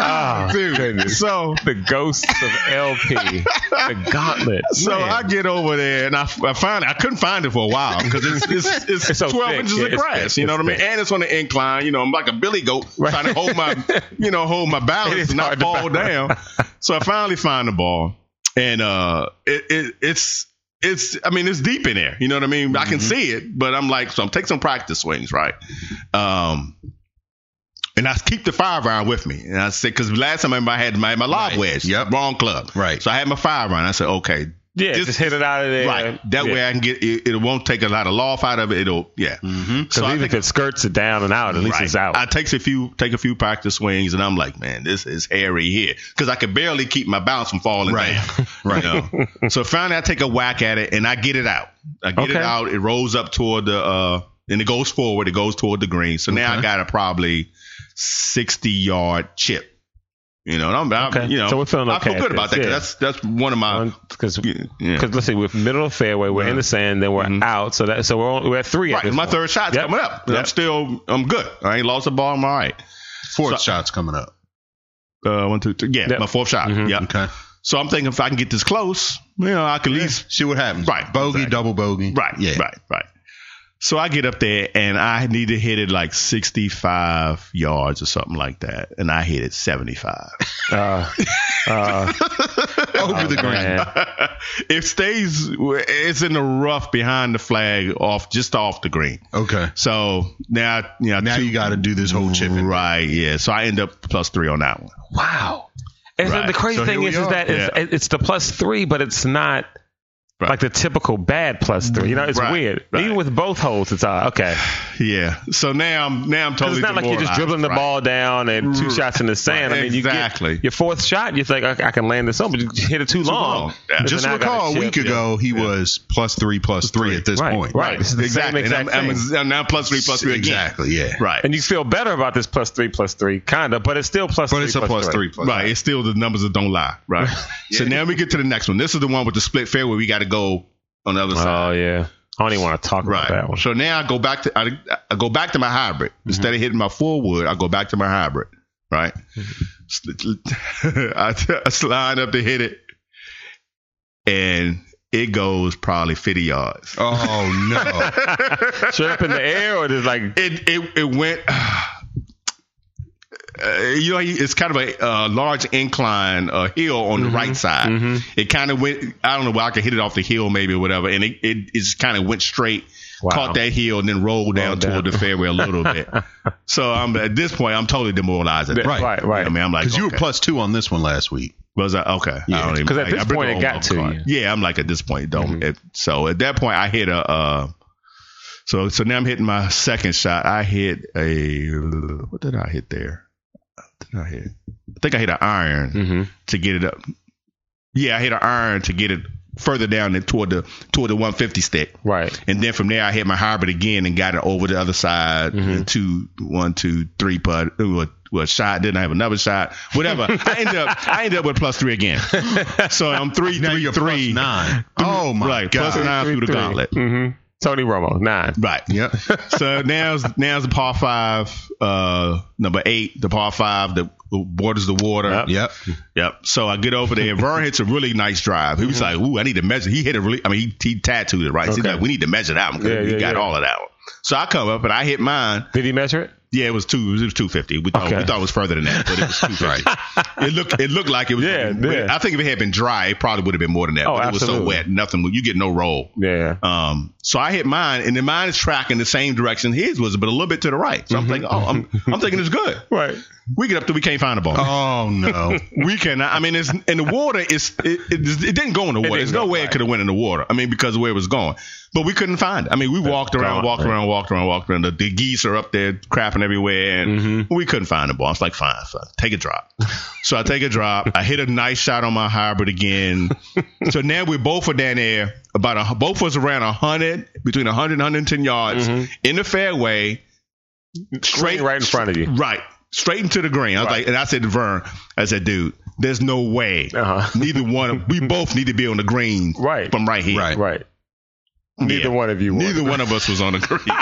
Oh,
Dude,
goodness.
so
the ghosts of LP, the gauntlet.
so
Man.
I get over there and I, I find it. I couldn't find it for a while because it's it's, it's,
It's so
twelve
thick.
inches
Yeah,
of
it's
grass.
thick.
You know
It's
what I mean?
thick.
And it's on the incline. You know, I'm like a billy goat trying to hold my you know hold my
It is
balance and not
hard to
fall
find.
down. So I finally find the ball and uh it, it it's it's I mean it's deep in there. You know what I mean? I
Mm-hmm.
can see it, but I'm like, so I'm take some practice swings, right? Um, and I keep the five iron with me, and I said because last time I remember I had my my live
Right.
wedge,
Yep.
wrong club,
Right.
So I had my five iron. I said, okay,
Yeah,
Just-
just, hit it out of there.
right. That
yeah.
way I can get it, it. Won't take a lot of loft out of it. It'll yeah.
Mm-hmm.
Because
I
even
think-
if it skirts it down and out, at least
Right.
it's out.
I takes a few take a few practice swings, and I'm like, man, this is hairy here because I could barely keep my bounce from falling
Right.
down.
Right.
You know? so finally, I take a whack at it, and I get it out. I get it
Okay.
out. It rolls up toward the uh, and it goes forward. It goes toward the green. So now I
Okay.
got a probably sixty yard chip. You know, and I'm, I'm
Okay.
you know,
So we're feeling
I
okay
feel
at
good about that.
this,
'cause
yeah.
That's that's one of my.
Because
Um, yeah. Mm-hmm.
let's see, we're middle of the fairway, we're in the sand, then we're out. So that so we're on, we're at three.
Right,
at this
my
point.
third shot's
Yep.
coming up. and I'm
Yep.
still, I'm good. I ain't lost the ball. I'm all right.
Fourth
So-
shot's coming up.
Uh, one, two, three. Yeah,
Yep.
my fourth shot.
Mhm.
Yeah.
Okay.
So I'm thinking if I can get this close, you know, I could at least
See what happens.
Right,
Bogey,
exactly.
double bogey.
right,
Yeah.
right, right. So I get up there and I need to hit it like 65 yards or something like that, and I hit it 75.
Uh, uh,
Over the green.
man.
it stays, it's in the rough behind the flag, off just off the green.
Okay.
So now, you know,
Now
two-
you got to do this whole chipping.
right, yeah. So I end up plus three on that one.
Wow. And so
Right.
the crazy
So
thing
here
is,
we
is
are.
that it's, it's the plus three, but it's not
Right.
like the typical bad plus three. You know, it's
Right,
weird.
right.
Even with both holes, it's uh, okay.
Yeah. So now I'm now I'm
Because
totally.
it's not like you're just
demoralized,
dribbling the
right.
ball down and two
Right.
shots in the sand. I mean, you
Exactly.
get your fourth shot, you think, I, I can land this on, but you hit it too, long.
long. Yeah.
And
Oh. Just
then I gotta
recall a
chip,
week
yeah.
ago he was plus three, plus three at this
Right,
point.
right. This is the same
Exactly. And I'm,
exact
I'm,
thing.
I'm now plus three plus three again.
Exactly. Yeah.
Right.
And you feel better about this plus three, plus three, kind of, but it's still plus
But
three.
it's a plus three. Plus
right. It's still the numbers that don't lie. Right. So now we get to the next one. This is the one with the split fairway. We got to go on the other
Oh,
side.
yeah. I don't even want to talk
Right.
about that one. Mm-hmm.
So now I go back to I, I go back to my hybrid instead of hitting my full wood. I go back to my hybrid. Right.
Mm-hmm.
I, I slide up to hit it, and it goes probably fifty yards.
Oh no.
Straight up in the air, or just like
it it it went. Uh, you know, it's kind of a uh, large incline uh, hill on the
Mm-hmm.
right side. It kind of went. I don't know why I could hit it off the hill, maybe or whatever. And it it, it just kind of went straight,
Wow.
caught that hill, and then rolled down
Rolled
toward
down.
the fairway a little bit. So I'm at this point, I'm totally demoralized. At that.
Right, right, right.
I mean, I'm like,
Because you were
okay.
plus two on this one last week.
Was I okay?
Yeah,
I don't even.
'cause at
I-
this
I bring
point,
my
it
own
got to
card.
you.
Yeah, I'm like at this point, don't. It, so at that point, I hit a. Uh, so so now I'm hitting my second shot. I hit a. What did I hit there? What did I hit? I think I hit an iron to get it up. Yeah, I hit an iron to get it further down and toward the toward the 150 stick.
right.
And then from there, I hit my hybrid again and got it over the other side.
Mm-hmm.
Two, one, two, three putt. It was- was a shot. Then I have another shot. Whatever. I end up. I end up with plus three again. So I'm three,
Now
three,
you're plus
three.
nine. Oh my
right,
god.
plus nine through the
Three.
gauntlet.
Mhm. Tony Romo nine.
Right.
Yep.
So now's now's the par five, uh, number eight, the par five that borders the water.
Yep. Mm-hmm.
Yep.
Yep. So I get over there. Vern hits a really nice drive. He was like, "Ooh, I need to measure." He hit a really. I mean, he, he tattooed it right. So he's
Okay.
like, "We need to measure that one." 'cause
Yeah,
he
yeah,
got
yeah.
all of that one. So I come up and I hit mine.
Did he measure it?
Yeah, it was two. It was two fifty. We thought we
Okay.
thought it was further than that, but it was two fifty. it looked it looked like it was.
Yeah, yeah.
I think if it had been dry, it probably would have been more than that.
Oh,
but it was so
absolutely.
wet, nothing. would- You get no roll.
Yeah.
Um, so I hit mine, and then mine is tracking the same direction his was, but a little bit to the right. So I'm thinking, oh, I'm, I'm thinking it's good.
Right.
We get up to we can't find the ball.
Oh no.
We cannot. I mean, it's in the water. It's it, it, it didn't go in the water. There's
didn't
no
go,
way it
right.
could have went in the water. I mean, because of where it was going, but we couldn't find it. I mean, we walked around,
gone,
walked
right.
around, walked around, walked around. The, the geese are up there crapping everywhere, and
Mm-hmm.
we couldn't find the ball. I was like, fine, fine take a drop. so I take a drop. I hit a nice shot on my hybrid again. so now we both are down there about a, both was around hundred between 100 and 110 yards
Mm-hmm.
in the fairway, straight
Straight right in front of you.
Right. Straight into the green. I was like, and I said to Vern, I said, dude, there's no way.
Uh-huh.
Neither one of we both need to be on the green
Right.
from right here.
Right.
Right. Neither
Yeah.
one of you. won.
Neither one of us was on the green.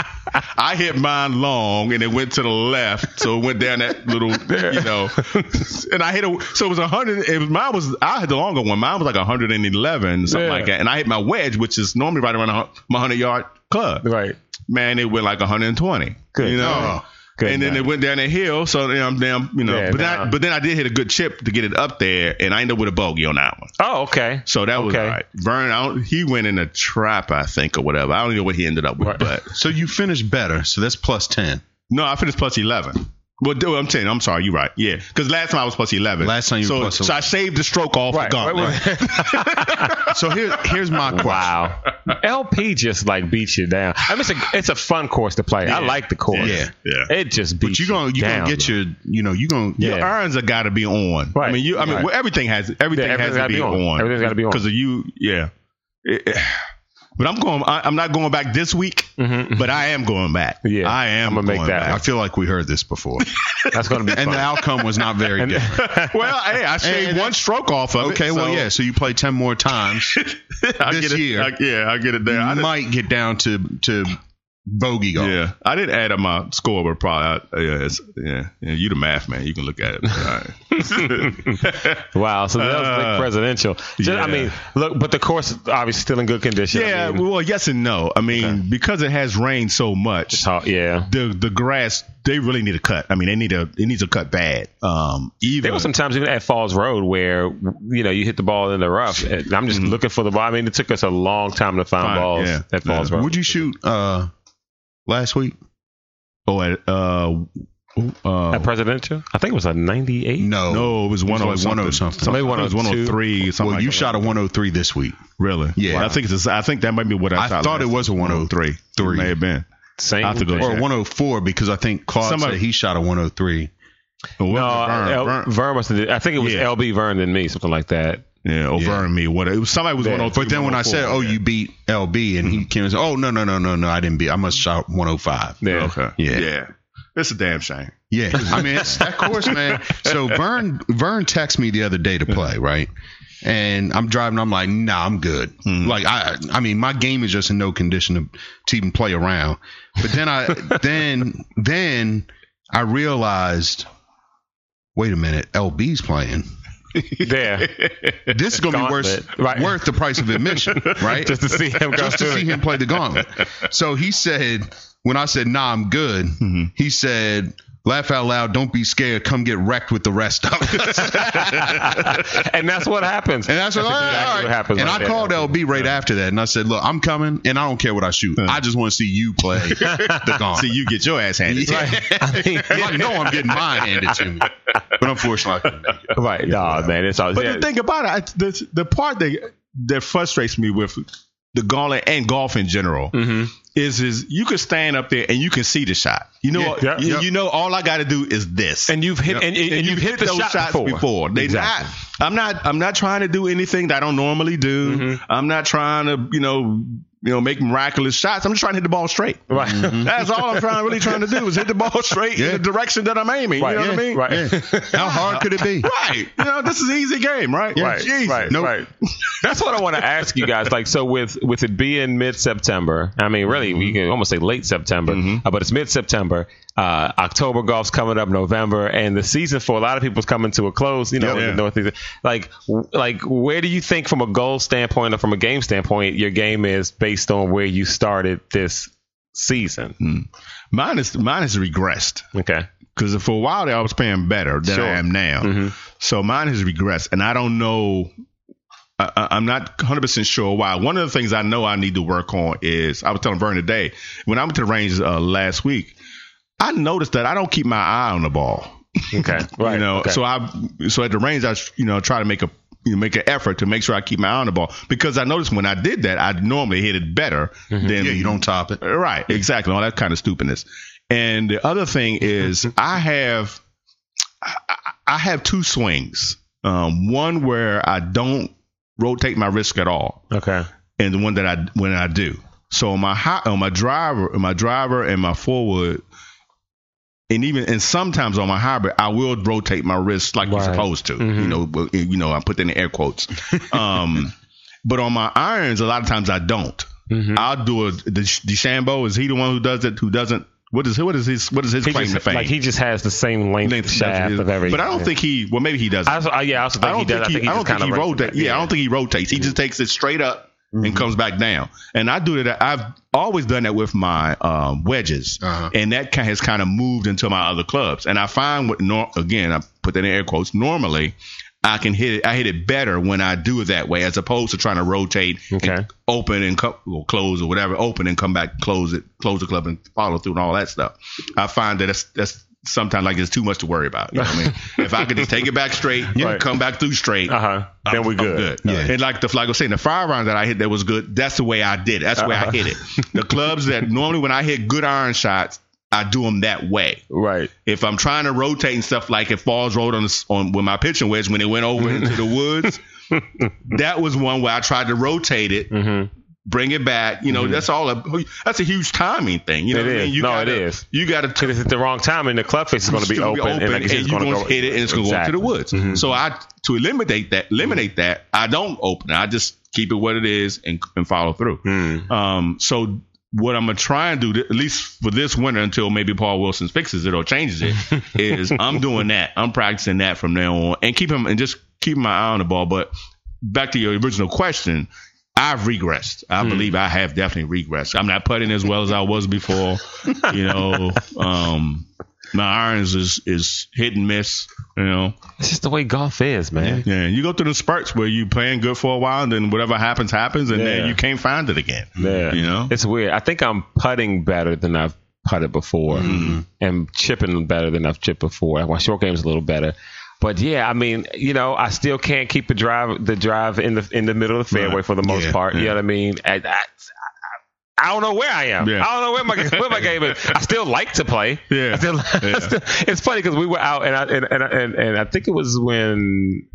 I hit mine long and it went to the left, so it went down that little, you know. And I hit a, so it was a hundred. It was mine was I had the longer one. Mine was like hundred and eleven, something
Yeah.
like that. And I hit my wedge, which is normally right around a hun- my hundred yard club
Right.
man, it went like 120.
Good
You know,
God. Good
and then
night.
it went down the hill. So then I'm down, you know.
Yeah,
but
nah.
that, but then I did hit a good chip to get it up there, and I ended up with a bogey on that one.
Oh, okay.
So that was
Okay.
all right. Vern, I don't, he went in a trap, I think, or whatever. I don't know what he ended up with,
Right.
but
So you finished better. So that's plus ten.
no, I finished plus eleven. Well, dude, I'm telling you, I'm sorry, you're right. Yeah, because last time I was plus eleven.
Last time you
so,
were plus
so I saved the stroke off
Right.
the
right,
gauntlet.
right.
So here, here's my question.
Wow. LP just like beats you down. I mean, it's a it's a fun course to play. I like the course.
Yeah.
Yeah.
It just beats
But you gonna you
down,
gonna get
though.
your you know you gonna
Yeah.
Your irons have got to be on.
Right.
I mean, you. I mean,
Right.
well, everything has everything
Yeah, everything's
has to
gotta
be,
be on.
on.
Everything's gotta be on.
because of you. Yeah. It- it- but I'm going. I, I'm not going back this week. But I am going back.
Mm-hmm, Yeah.
I am.
I'm gonna make
going
that
I
back.
feel like we heard this before,
That's gonna be
and
fun.
the outcome was not very different.
well, hey, I
And
shaved
that-
one stroke off of it.
Okay, well
so-
yeah. So you play ten more times.
I
this
get it,
year.
I, yeah, I get it there. I
you
didn't-
might get down to to bogey golf.
yeah, I didn't add up my score, but probably I, yeah, it's, yeah, yeah. You the math man. You can look at it. All right.
Wow, so that was like
Uh,
presidential. Just- I
yeah.
mean, look, but the course obviously still in good condition.
yeah.
I mean,
Well, yes and no. I mean, because it has rained so much,
it's all- yeah.
the the grass they really need a cut. I mean, they need a it needs a cut bad. Um, even
There were some times even at Falls Road where you know you hit the ball in the rough. And I'm just looking for the ball. I mean, it took us a long time to find
Fine,
balls
Mm-hmm. yeah,
at Falls Road.
Would you shoot uh last week?
oh, at, uh, uh,
at presidential? I think it was a 98.
No.
no, it was
like
one hundred something.
10 something.
So maybe
I think it was
102.
103. Something
Well,
like
you
that.
shot a 103 this week.
really?
Yeah.
I think it's. A, I think that might be what I,
I
shot
thought
last
it was a
time.
103. Three.
It may have been.
Same
I have to go
thing.
Or
check.
104 because I think Claude
Somebody- Oh,
said he shot a 103.
No, uh,
Or was it Vern?
L-
Vern-
Vern must have did- I think it was
Yeah.
LB Vern than me, something like that.
Yeah, or
Yeah.
Vern me. What it was somebody was
Yeah.
one on.
But then when I said, "Oh, you beat LB," and he came and said, "Oh, no, no, no, no, no, I didn't beat. I must shot 105."
Yeah.
okay,
Yeah.
yeah, it's a damn shame.
Yeah, I mean it's that course, man. So Vern Vern texted me the other day to play, right? And I'm driving. I'm like, nah, I'm good.
Hmm.
Like I, I mean, my game is just in no condition to, to even play around. But then I, then, then I realized, wait a minute, LB's playing.
There.
This is gonna be
Gauntlet,
worth
right.
worth the price of admission, right?
Just to see him go
just to
through it.
see him play the gauntlet. So he said, when I said, nah, I'm good, he said, laugh out loud, don't be scared, come get wrecked with the rest of us.
and that's what happens.
And I said, all right,
exactly
all right.
what happens
And
right
I
there.
called LB right after that, and I said, look, I'm coming, and I don't care what I shoot. I just want to see you play the gauntlet.
See, you get your ass handed.
Yeah. I know I'm getting mine handed to me, but unfortunately, I couldn't make it.
Right. Nah, man. It's all.
But
yeah.
the thing about it, I- the, the part that that frustrates me with the gauntlet and golf in general is is you can stand up there and you can see the shot. You know,
Yeah, yeah,
you,
yeah.
you know, all I got to do is this.
and you've hit
Yep.
and, and, and you've hit, the
those
shot
shots before. They
Exactly.
not. I'm not. I'm not trying to do anything that I don't normally do. I'm not trying to, you know, you know, make miraculous shots. I'm just trying to hit the ball straight.
Right.
That's all I'm trying, really trying to do is hit the ball straight in the direction that I'm aiming.
Right.
You know
yeah.
what I mean?
Right.
How hard could it be?
Right. You know, this is an easy game, right?
Right,
Jesus.
right,
Nope.
right. That's what I want to ask you guys. Like, so with with it being mid September, I mean, really, we can almost say late September, uh, but it's mid September. Uh, October golf's coming up, November, and the season for a lot of people is coming to a close. You know,
Yeah.
with the Northeast. Like, w- like, where do you think, from a goal standpoint or from a game standpoint, your game is based on where you started this season?
Mine is mine is regressed.
Okay,
because for a while there I was playing better than
Sure.
I am now. So mine has regressed, and I don't know. I, I- I'm not 100 percent sure why. One of the things I know I need to work on is I was telling Vern today when I went to the range uh, last week, I noticed that I don't keep my eye on the ball.
okay, right.
You know,
okay.
so I so at the range I you know try to make a you know, make an effort to make sure I keep my eye on the ball because I noticed when I did that I normally hit it better
Mm-hmm.
than Uh,
Yeah, you don't top it.
Right, exactly. All that kind of stupidness. And the other thing is,
Mm-hmm.
I have, I, I have two swings. Um, one where I don't rotate my risk at all,
okay,
and the one that I when I do. So on my high, on my driver, my driver and my forward, and even and sometimes on my hybrid, I will rotate my wrist like
Right. Mm-hmm.
you're supposed to. You know, but, eh, you know, I put that in air quotes. Um, but on my irons, a lot of times I don't.
Mm-hmm.
I'll do a the DeChambeau. Is he the one who does it? Who doesn't? What is what is his what is his
he
claim to
just,
fame?
like he just has the same length,
Length-
shaft of everything.
But I don't think he. Well, maybe he does.
I also, I, yeah, I also think
I don't
he does.
think he,
I think he
I
just
don't think
kind
he
of
rotates. Yeah, I don't think he rotates. He just takes it straight up
Mm-hmm.
and comes back down. And I do that. I've always done that with my um, wedges,
Uh-huh.
and that kind has kind of moved into my other clubs. And I find what nor- again, I put that in air quotes. Normally, I can hit it. I hit it better when I do it that way, as opposed to trying to rotate,
Okay.
and open and co- or close or whatever, open and come back, close it, close the club and follow through and all that stuff. I find that that's that's. Sometimes like it's too much to worry about. You know what I mean? if I could just take it back straight,
Right.
come back through straight,
Uh huh. Then we
I'm
good.
Yeah. And like the like I was saying, the fire iron that I hit that was good. That's the way I did. it. That's the way
Uh-huh.
I hit it. The clubs that normally when I hit good iron shots, I do them that way.
Right.
If I'm trying to rotate and stuff like it falls rolled on the, s- on with my pitching wedge when it went over into the woods, that was one where I tried to rotate it,
Mm-hmm.
bring it back. You know, that's all. A, that's a huge timing thing. You know,
It
what I
is.
mean? You
No,
gotta,
it is.
You got to
Because it's at the wrong time and the club face is going to be
it's
open,
gonna
and like you said, it's
you're
going to
gonna
go Mm-hmm.
hit it and it's going to go into the woods. So I to eliminate that, eliminate that, I don't open it. I just keep it what it is and, and follow through.
Mm.
Um, so what I'm gonna try and do, th- at least for this winter, until maybe Paul Wilson fixes it or changes it, is I'm doing that. I'm practicing that from now on and keep him and just keep my eye on the ball. But back to your original question. I've regressed. I
Mm.
believe I have definitely regressed. I'm not putting as well as I was before. You know, um, my irons is is hit and miss. You know,
It's just the way golf is, man.
yeah. And you go through the spurts where you playing good for a while, and then whatever happens happens, and
Yeah.
then you can't find it again.
Yeah.
you know.
It's weird. I think I'm putting better than I've putted before
Mm-hmm.
and chipping better than I've chipped before. My short game's a little better. But yeah, I mean, you know, I still can't keep the drive the drive in the in the middle of the fairway for the most
Yeah,
part. You know what I mean? I, I, I don't know where I am.
Yeah.
I don't know where my where my game is. I still like to play.
Yeah.
I still-
Yeah.
it's funny because we were out and I and and, and and I think it was when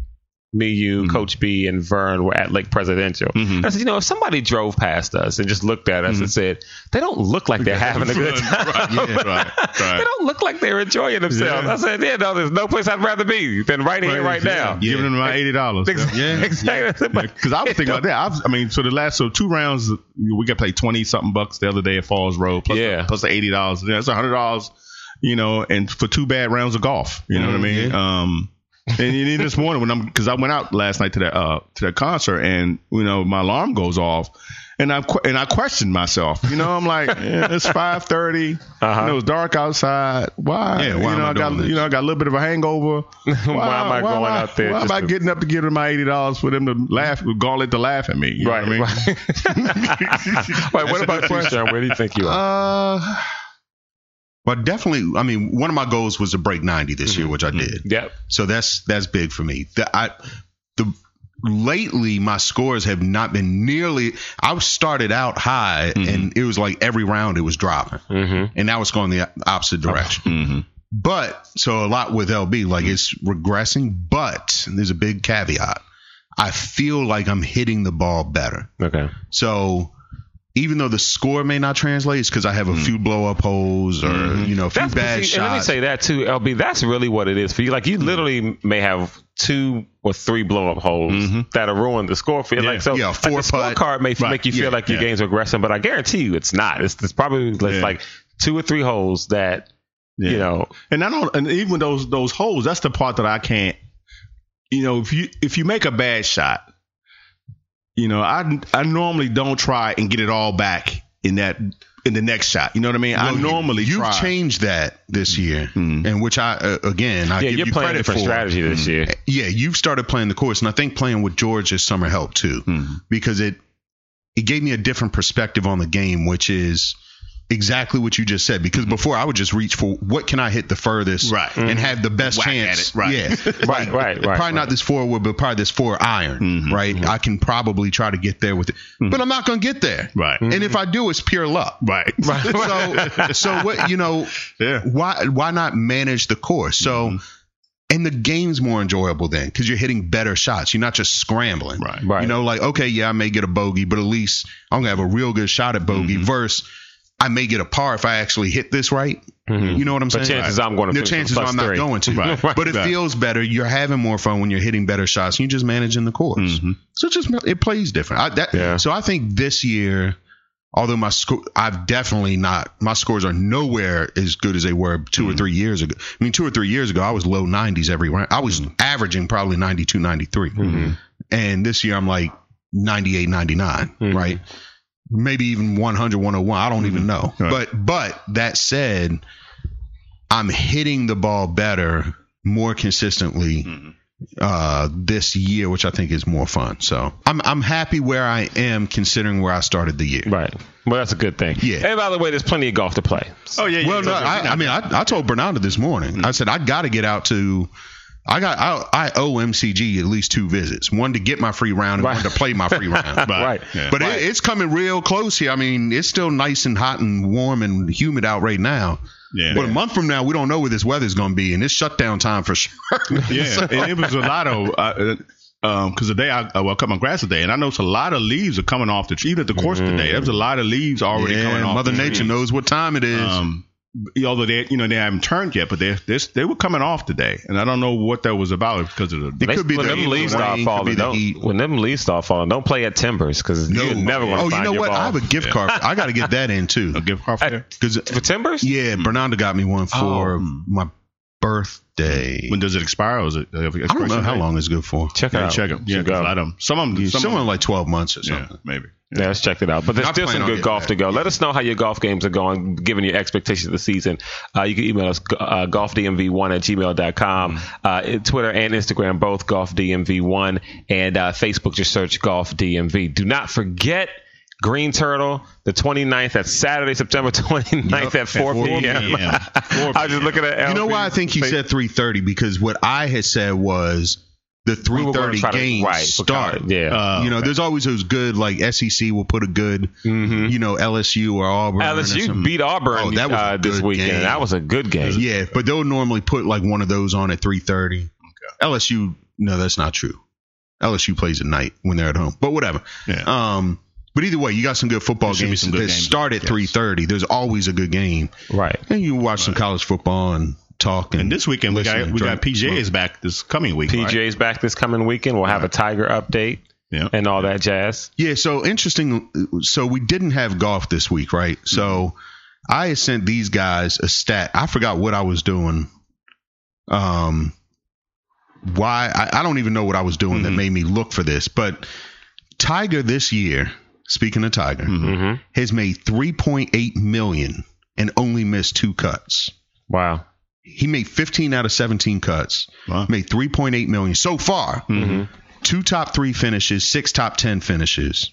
me,
Mm-hmm.
you, Coach B, and Vern were at Lake Presidential. I said, you know, if somebody drove past us and just looked at us and said, they don't look like they're having a good time.
Mm-hmm. right, yeah, right,
They
right.
don't look like they're enjoying themselves.
Yeah.
I said, yeah, no, there's no place I'd rather be than right here, right
Yeah,
now.
giving them my eighty dollars.
Exactly. Exactly.
Because I was thinking about that. I, was, I mean, so the last so two rounds we got paid twenty something bucks the other day at Falls Road. Plus
Yeah.
the, plus the eighty dollars. That's a hundred dollars. You know, and for two bad rounds of golf. You know what I
Mm-hmm.
mean? Um, and you need this morning when I'm because I went out last night to that uh to that concert and you know my alarm goes off. And I que- and I questioned myself. You know, I'm like, yeah, it's five thirty.
Uh-huh.
You know, it's dark outside. Why?
Yeah, why
you
am
know,
I
got
doing this?
you know I got a little bit of a hangover.
Why am I going out there
Why am
just
I
to-
getting up to give them my eighty dollars for them to laugh, gauntlet to laugh at me? You know
Right.
what I mean?
right. Wait, what about you, Sean? Where do you think you are?
Uh, but definitely, I mean, one of my goals was to break 90 this year, which I did.
Yep.
So that's that's big for me. The, I the lately my scores have not been nearly. I started out high, and it was like every round it was dropping,
Mm-hmm.
and now it's going the opposite direction. But so a lot with LB, like
Mm-hmm.
it's regressing. But there's a big caveat. I feel like I'm hitting the ball better.
Okay.
So even though the score may not translate, it's because I have a few blow up holes or you know a few
Mm. Mm-hmm. That's and
bad
Let me
shots. Mm-hmm.
say that too, LB. That's really what it is for you. Like you literally may have two or three blow up holes that are ruin the score for you. Like so,
Mm-hmm. Yeah,
like,
four
the
putt.
scorecard may f
Right.
make you feel
Yeah,
like your
yeah.
game's regressing, but I guarantee you it's not. It's, it's probably like,
Yeah.
like two or three holes that you
Yeah.
know.
And I don't. And even those those holes, that's the part that I can't. You know, if you if you make a bad shot, you know, I I normally don't try and get it all back in that in the next shot. You know what I mean? I
Well, Oh, you-
normally
you've
try.
changed that this year, and which I uh, again I
Yeah,
give
you're
you
playing a
credit
different
for. Mm-hmm.
strategy this year.
Yeah, you've started playing the course, and I think playing with George this summer helped too because it it gave me a different perspective on the game, which is exactly what you just said. Because before I would just reach for what can I hit the furthest,
Right.
and have the best
Whack at
chance,
it, right.
Yeah,
Right, right, right,
Probably
right.
not this four wood, but probably this four iron, right? I can probably try to get there with it, but I'm not going to get there,
Right.
And if I do, it's pure luck,
Right.
so so what you know
Yeah. Mm-hmm.
why why not manage the course so and the game's more enjoyable then because you're hitting better shots you're not just scrambling
Right.
Right.
you know like okay yeah i may get a bogey but at least i'm gonna have a real good shot at bogey
Mm-hmm.
versus i may get a par if i actually hit this right you know what i'm
Mm-hmm. But
saying
chances I'm gonna
the
finish with
chances
plus
i'm not
three.
going to
Right.
but it
Right.
feels better you're having more fun when you're hitting better shots and you're just managing the course
Mm-hmm.
so it just it plays different I, that,
Yeah.
so i think this year although my score I've definitely not my scores are nowhere as good as they were 2
Mm-hmm.
or 3 years ago. I mean 2 or 3 years ago I was low
Mm-hmm.
90s every round. I was averaging probably 92 93. And this year I'm like 98, 99, right? Maybe even 100, 101. I don't even know.
Right.
But but that said, I'm hitting the ball better more consistently uh, this year, which I think is more fun. So I'm I'm happy where I am considering where I started the year.
Right. Well, that's a good thing.
Yeah.
And by the way, there's plenty of golf to play.
Oh yeah. yeah,
Well,
yeah,
no,
yeah.
I, I mean, I, I told Bernardo this morning.
Mm-hmm.
I said I got to get out to. I got I, I owe MCG at least two visits. One to get my free round and one to play my free round.
Right.
Yeah.
But It, it's coming real close here. I mean, it's still nice and hot and warm and humid out right now.
Yeah.
But a month from now, we don't know where this weather's going to be, and it's shutdown time for sure.
yeah, and it was a lot of. Uh, um, because today I, I well, I cut my grass today, and I noticed a lot of leaves are coming off the tree. Even at the course today, there was a lot of leaves already coming
yeah,
off.
Mother
the
Nature
trees.
knows what time it is.
Um, although they, you know, they haven't turned yet, but they they they were coming off today, and I don't know what that was about because of the.
Uh, It could be
when
the
them
heat,
leaves
the
start
rain, could
falling,
be the
don't,
heat.
when them leaves start falling, don't play at Timbers because you're never going to
oh,
find
you know
your
what?
ball.
I have a gift card. I got to get that in too.
A gift card for there?
Because
For Timbers?
yeah, Bernardo got me one for
Oh.
my birthday.
When does it expire? Or is it? uh, I
I don't know how long it's good for.
Check it
Yeah,
out.
check them. Yeah,
Check it
'cause a
out.
lot of them. Some of them.
Yeah,
Some, of
Someone
'em-
like twelve months or something.
Yeah, maybe.
Yeah, let's check it out. But there's
I
still
plan
some
on
good
getting
golf
that.
to go. Let us know how your golf games are going, given your expectations of the season. Uh, you can email us uh, golfdmv1 at gmail.com.
Mm-hmm.
Uh, in Twitter and Instagram, both golfdmv1, and uh, Facebook, just search golf dmv. Do not forget. Green Turtle, the 29th, that's Saturday, September 29th at 4 p.m. I was just looking at
You know
LP 's
why I think he
face-
said three thirty? Because what I had said was the
We
three
were gonna
thirty
try to-
games
right, for
start. Uh,
college, yeah.
you know, there's always those good like SEC will put a good,
Mm-hmm.
you know, LSU or Auburn. or
LSU
something.
beat Auburn
Oh, that was a
uh, this
good
weekend.
game.
That was a good game.
Yeah, but they'll normally put like one of those on at three thirty. LSU, no, that's not true. LSU plays at night when they're at home, but whatever.
Yeah.
Um, but either way, you got some good football
should be
games
some good
that
games.
start at three thirty. There's always a good game,
Right.
and you watch some college football and talk. And,
And this weekend we
listen
got
and
we
drink.
got PJ's back this coming week. right?
PJ's back this coming weekend. We'll have a Tiger update
Yeah.
and all that jazz.
Yeah, so interesting. So we didn't have golf this week, right? So I had sent these guys a stat. I forgot what I was doing. Um, why? I, I don't even know what I was doing that made me look for this. But Tiger this year, speaking of Tiger, has made 3.8 million and only missed two cuts.
Wow.
He made 15 out of 17 cuts.
Wow.
Made 3.8 million so far. Two top three finishes, six top 10 finishes.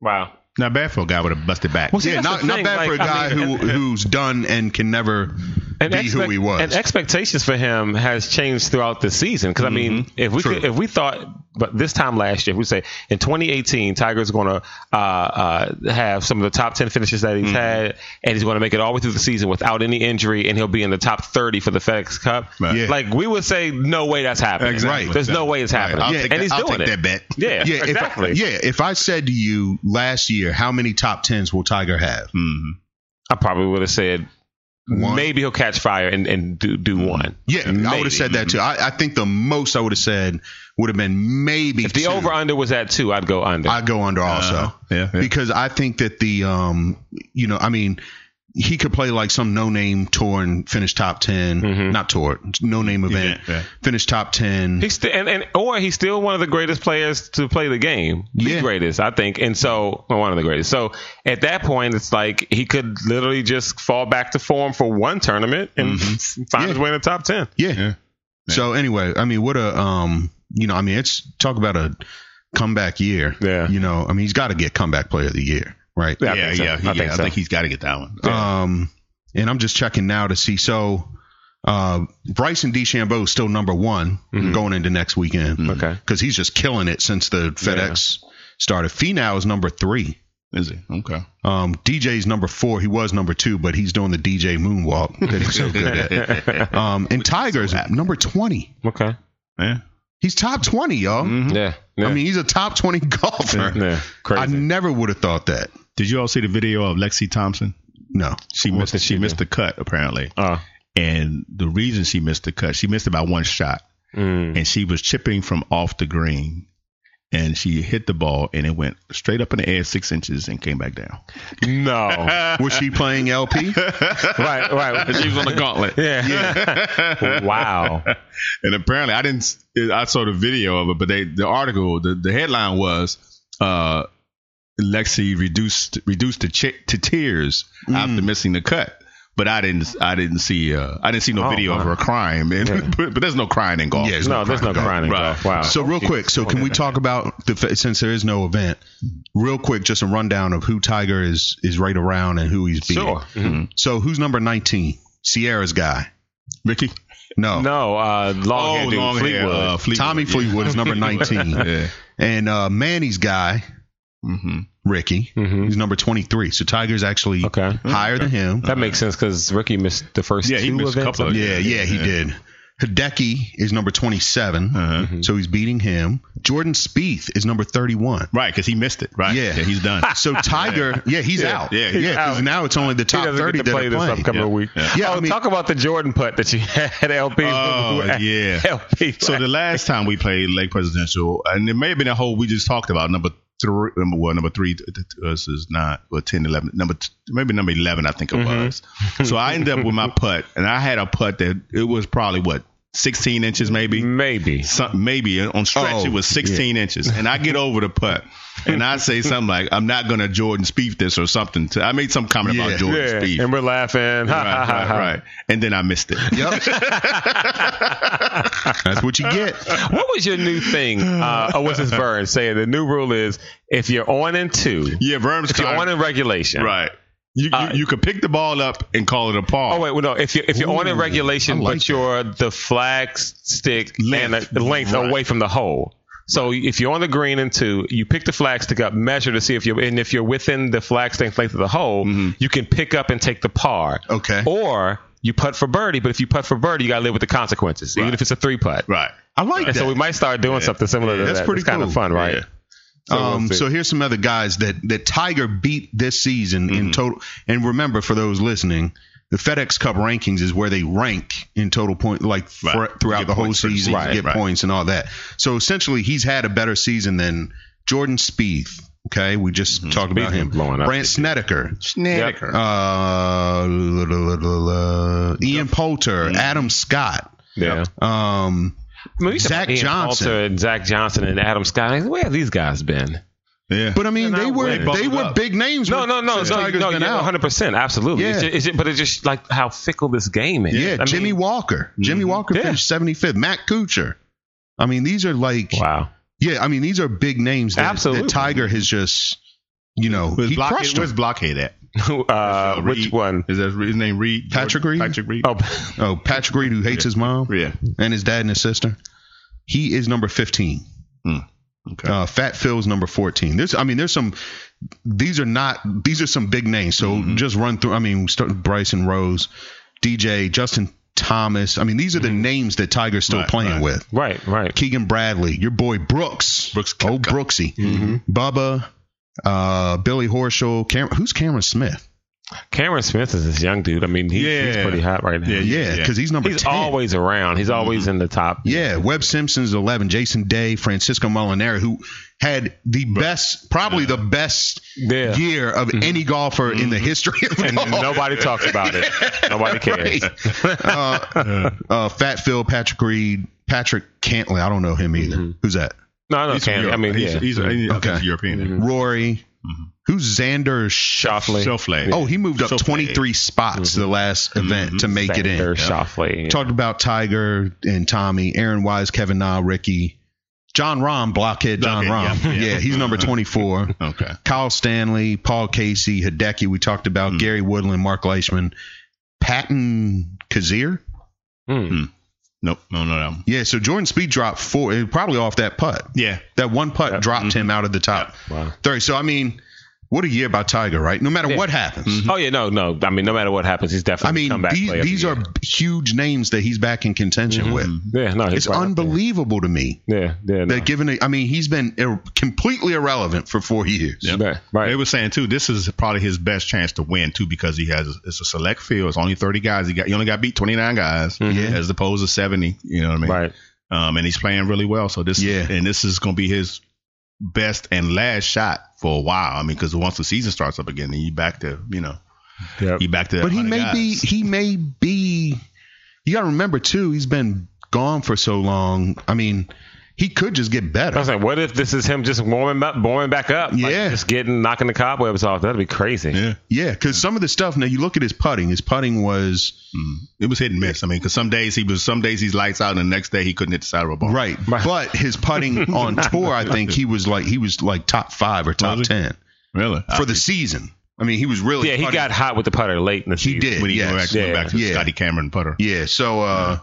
Wow.
Not bad for a guy with a busted back.
see,
yeah,
that's
not,
the
not
thing,
bad
like,
for a
I
guy
mean,
who who's done and can never
And,
be who
expect-
he was.
and expectations for him has changed throughout the season. Because I mean, if we
Mm-hmm. True.
could, if we thought, but this time last year, we say in 2018, Tiger's going to uh, uh, have some of the top 10 finishes that he's
Mm-hmm.
had, and he's going to make it all the way through the season without any injury, and he'll be in the top 30 for the FedEx Cup.
Right.
Yeah.
Like we would say, no way that's happening.
Exactly.
There's no way it's happening.
I'll
and
take that,
he's
I'll
doing
take
it.
that bet.
Yeah,
yeah,
exactly.
If, yeah, if I said to you last year, how many top tens will Tiger have?
Hmm. I probably would have said
One.
maybe he'll catch fire and, and do do one.
Yeah, I would
Maybe.
have said that too. I, I think the most I would have said would have been maybe
If the
two.
over under was at two, I'd go under.
I go under also.
Uh-huh. yeah, yeah.
Because I think that the um you know, I mean he could play like some no name tour and finish top 10 Not tour, no name event.
Mm-hmm. yeah.
Finish top ten.
he's st- and, and or he's still one of the greatest players to play the game.
Yeah.
The greatest, I think. And so well, one of the greatest. So at that point, it's like he could literally just fall back to form for one tournament and find his way in the top ten.
Mm-hmm. Yeah. So anyway, I mean, what a um, you know, I mean, it's talk about a comeback year.
Yeah.
You know, I mean, he's got to get comeback player of the year, right?
Yeah, I
yeah,
think so.
yeah,
I
yeah. I
think
think,
so.
he's got to get that one.
Um, and I'm just checking now to see. So, uh, Bryson DeChambeau is still number one going into next weekend.
Mm-hmm. Okay.
Because he's just killing it since the FedEx started. Finau is number three.
Oh, Is he okay?
Um, DJ's number four. He was number two, but he's doing the DJ moonwalk that he's so good at. Um, and Tiger's number twenty.
Okay.
Yeah.
He's top twenty, y'all.
Yeah. Mm-hmm. yeah.
Mm-hmm. I mean, he's a top 20 golfer.
yeah.
I
Crazy.
never would have thought that.
Did you all see the video of Lexi Thompson?
No.
She missed. She missed the cut apparently,
Uh,
and the reason she missed the cut, she missed it by one shot,
mm.
and she was chipping from off the green, and she hit the ball, and it went straight up in the air six inches and came back down.
No.
Was she playing LP?
right. Right.
She was on the gauntlet.
yeah. wow.
And apparently, I didn't. I saw the video of it, but they the article the, the headline was uh, Lexi reduced reduced to ch- to tears after missing the cut. But I didn't I didn't see uh, I didn't see no
Oh,
video of
wow.
her crying, man. but, but there's no crying in golf.
Yeah, it's
No, there's no crying.
Right.
involved. Wow.
So real quick, so can we talk about the fa- since there is no event? Real quick, just a rundown of who Tiger is is right around and who he's beating.
Sure. Mhm.
So who's number nineteen? Sierra's guy, Ricky. No,
No, uh, long hair
Oh,
dude,
long hair,
Fleetwood.
uh, Fleetwood.
Tommy
yeah.
Fleetwood is number nineteen,
Yeah.
and uh, Manny's guy,
Mm-hmm.
Ricky,
Mhm.
he's number twenty three. So Tiger's actually
Okay.
higher than him.
that makes sense because Ricky missed the first
Yeah, he
two
missed a
events.
couple of-
Yeah, yeah, he
Yeah.
did. Hideki is number 27, so he's beating him. Jordan Spieth is number 31.
Right, because he missed it. Right.
Yeah.
he's done.
So Tiger, yeah, he's
Yeah,
out.
yeah, he's
yeah, 'cause
out.
now it's only the
He
top
doesn't
30
get to play
that
this
are playing.
upcoming
Yeah.
week.
Yeah.
Yeah,
oh,
I mean-
talk about the Jordan putt that you had LP.
Oh, yeah.
LP.
So the last time we played Lake Presidential, and it may have been a whole we just talked about number three, number one, number three uh, t- t- to us is nine or 10, 11, number t- maybe number eleven, I think it was. so I ended up with my putt, and I had a putt that it was probably what sixteen inches, maybe
Maybe.
some, maybe uh, on stretch
Oh,
it was 16 inches, and I get over the putt, and I say something like, "I'm not gonna Jordan Spieth this or something." To, I made some comment
Yeah.
about Jordan
Yeah.
Spieth,
And we're laughing.
right, right, right, and then I missed it.
That's what you get.
What was your new thing? Uh, oh, what's this Vern saying? The new rule is if you're on in two,
Yeah, Verm's
if you're on in regulation.
Right. You,
Uh,
you you could pick the ball up and call it a par.
Oh wait, well, no. If you're if you're on in
Ooh,
regulation,
I like
but you're the flag stick and
Length.
the length
Right.
away from the hole. So if you're on the green and two, you pick the flag stick up, measure to see if you're and if you're within the flag stick length of the hole, you can pick up and take the par.
Mm-hmm. Okay.
Or you putt for birdie, but if you putt for birdie, you gotta live with the consequences, even
Right.
if it's a three putt.
Right.
I like
And
that.
so we might start doing something similar to
That's
that.
pretty
it's kind
cool.
of fun, right?
Yeah.
So we'll
um,
see.
so here's some other guys that, that Tiger beat this season in total. And remember, for those listening, the FedEx Cup rankings is where they rank in total point, like
Right.
for, throughout
Get
the whole
points for the
season,
season,
get
right.
points and all that. So essentially, he's had a better season than Jordan Spieth. Okay, we just talked about
Spieth's
him.
been blowing up.
Brant Snedeker,
Snedeker.
uh, la- la- la- la- la- Ian Poulter, Adam Scott.
yeah.
Um,
I mean, we used to
Zach
have Ian
Johnson.
Poulter and Zach Johnson and Adam Scott. Where have these guys been?
Yeah.
but I mean,
They're
they
not
were
winning.
they
Buckled
were
up.
big names.
No,
when-
no, no,
since
no,
Tiger's
no.
been
You're
out.
100. percent Absolutely. It's
Yeah.
ju- is it, but it's just like how fickle this game is.
Yeah,
I mean, mm-hmm.
Jimmy Walker. Jimmy Walker
Yeah.
finished 75th. Matt Kuchar. I mean, these are like,
Wow.
yeah, I mean, these are big names that,
Absolutely.
that Tiger has just, you know,
Where's
he
Blockhead-
crushed
where's
them.
Blockhead at?
uh,
Reed.
which one?
Is that his name Reed?
Patrick Reed?
Patrick Reed.
Oh,
Oh, Patrick Reed, who hates his mom
yeah.
and his dad and his sister. He is number 15.
Hmm. Okay.
Uh, Fat Phil's number 14. There's, I mean, there's some, these are not, these are some big names. So
Mm-hmm.
just run through, I mean, start with Bryson Rose, DJ, Justin Thomas. I mean, these are the names that Tiger's still
Mm-hmm. Right,
playing
right.
with.
right, right.
Keegan Bradley, your boy Brooks,
Brooks
oh
Koepka.
Brooksy, Bubba, uh, Billy Horschel, Cam- who's Cameron Smith?
Cameron Smith is this young dude. I mean, he's, he's
Yeah.
pretty hot right now.
Yeah, yeah.
Yeah, because he's number
He's
ten.
always around. He's always in the top.
yeah, Webb Simpson's eleven. Jason Day, Francisco Molinari, who had the best, probably the best
Yeah.
year of any golfer in the history of
And
golf.
nobody talks about it. Nobody cares.
uh, Fat Phil, Patrick Reed, Patrick Cantley. I don't know him either. Who's that?
No, no,
He's from
Cam. I
Europe.
mean,
he's,
yeah. Mm-hmm.
he's, he's, I think
Okay.
he's European.
Rory. Who's Xander
Shoffley.
Schauffele.
Oh, he moved up
Schauffele.
23 spots the last event to make it in.
Xander Schauffele.
Talked about Tiger and Tommy, Aaron Wise, Kevin Na, Ricky, John Rahm, blockhead John
Blockhead,
Rahm.
yeah,
Yeah,
yeah.
he's number 24.
Okay.
Kyle Stanley, Paul Casey, Hideki, we talked
Hmm.
about, Gary Woodland, Mark Leishman, Patton Kazir.
Mm.
Nope. No, no, no.
Yeah, so Jordan Speed dropped four, eh, probably off that putt.
Yeah.
That one putt dropped him out of the top
Mm-hmm. Wow.
30. So, I mean, what a year by Tiger, right? No matter what happens.
Oh yeah, no, no. I mean, no matter what happens, he's
I
definitely.
mean,
come back
these,
player of the
these
year. Mm-hmm.
are huge names that he's back in contention with.
Yeah, no, he's
It's
right up there.
unbelievable to me
Yeah, yeah, no.
that given, a, I mean, he's been ir- completely irrelevant for four years.
Right, right.
They were saying too, this is probably his best chance to win too because he has it's a select field. It's only thirty guys. He got he only got beat twenty nine guys as opposed to seventy. You know what I mean?
Mm-hmm. Right.
Um, and he's playing really well. So this
Yeah.
and this is going to be his best and last shot for a while. I mean, because once the season starts up again, then you back to you know
Yep.
you back to.
But he
100
may be,
guys.
he may be, you got to remember too, he's been gone for so long. I mean, He could just get
I
better.
was like, what if this is him just warming up, warming back up? Like,
Yeah.
just getting knocking the cobwebs off. That'd be crazy.
Yeah.
Yeah, because some of the stuff. Now you look at his putting. His putting was
Mm-hmm. It was hit and miss. I mean, because some days he was, some days he's lights out, and the next day he couldn't hit the side of a ball.
Right. But his putting on tour, I think he was like he was like top five or top
Was he?
ten
Really?
for the season. I mean, he was really
Yeah, he
putting-
got hot with the putter late in the
he
season.
did.
when he
yes.
went back, to went
Yeah.
back to
Yeah.
Scotty Cameron putter.
Yeah. So uh,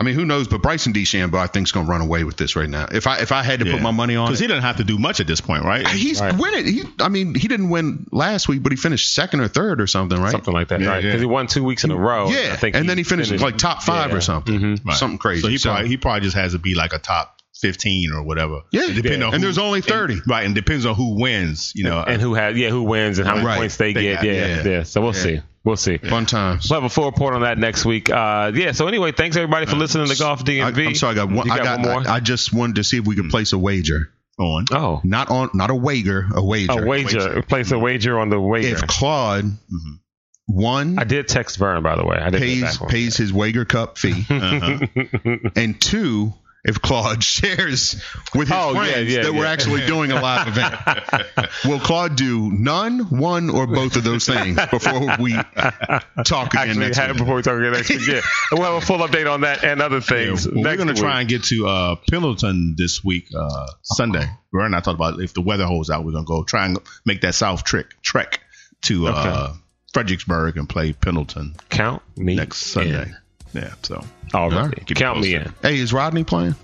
I mean, who knows? But Bryson DeChambeau, I think, is going to run away with this right now. If I if I had to put my money on,
because
it,
he doesn't have to do much at this point, right?
he's
Right.
winning. He, I mean, he didn't win last week, but he finished second or third or something, right?
Something like that,
Yeah,
right?
yeah.
Because he won two weeks in a row.
yeah.
I think
and then he finished, like top five
Yeah. Mm-hmm.
or something,
Right.
something crazy.
So he probably he probably just has to be like a top fifteen or whatever.
Yeah.
And depending
Yeah.
on
And
who-
there's only 30.
right, and depends on who wins. You know,
and who had yeah who wins and how many
Right.
points they,
They
get.
got-
yeah, yeah,
yeah.
So we'll see. We'll see.
fun times.
We'll have a full report on that next week. Uh, yeah. So anyway, thanks everybody for listening to Golf
Uh, I,
DMV.
am sorry, I got one.
You
I got.
one more.
I, I just wanted to see if we could place a wager on.
oh,
Not on, not a wager, a wager.
a wager. Place a wager on the wager.
If Claude one
I did text Vern by the way. I did get
pays
back on Uh-huh.
pays his wager cup fee, and two, if Claude shares with his
Oh, yeah,
friends
yeah,
that we're
yeah.
actually doing a live event, will Claude do none, one, or both of those things before we talk again
Actually,
next
had-
week?
before we talk again next week, yeah, And we'll have a full update on that and other things.
Well, we're
next
going to
week.
try and get to uh, Pendleton this week, uh, Sunday. Vern and I talked about if the weather holds out, we're going to go try and make that south trick trek to uh, Fredericksburg and play Pendleton
count me
next Sunday. Yeah, so
Already,
Alright, keep it
count me
posted.
in.
Hey, is Rodney playing?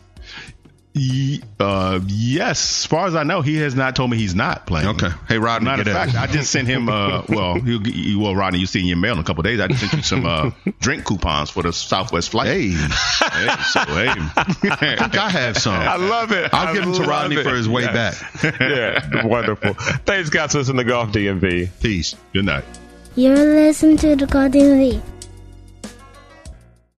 Ye- uh, yes, as far as I know, he has not told me he's not playing.
Okay. Hey, Rodney,
Matter
get
of
out.
fact, I just sent him. Uh, well, you, you, well, Rodney, you see in your mail in a couple of days. I just sent you some uh, drink coupons for the Southwest flight.
Hey,
Hey, so hey,
I think I have some.
I love it.
I'll
I
give them to
love
Rodney
it.
for his way
Yeah.
back.
Yeah, wonderful. Thanks, guys, for listening to Golf DMV.
Peace.
good night.
You're listening to the Golden League.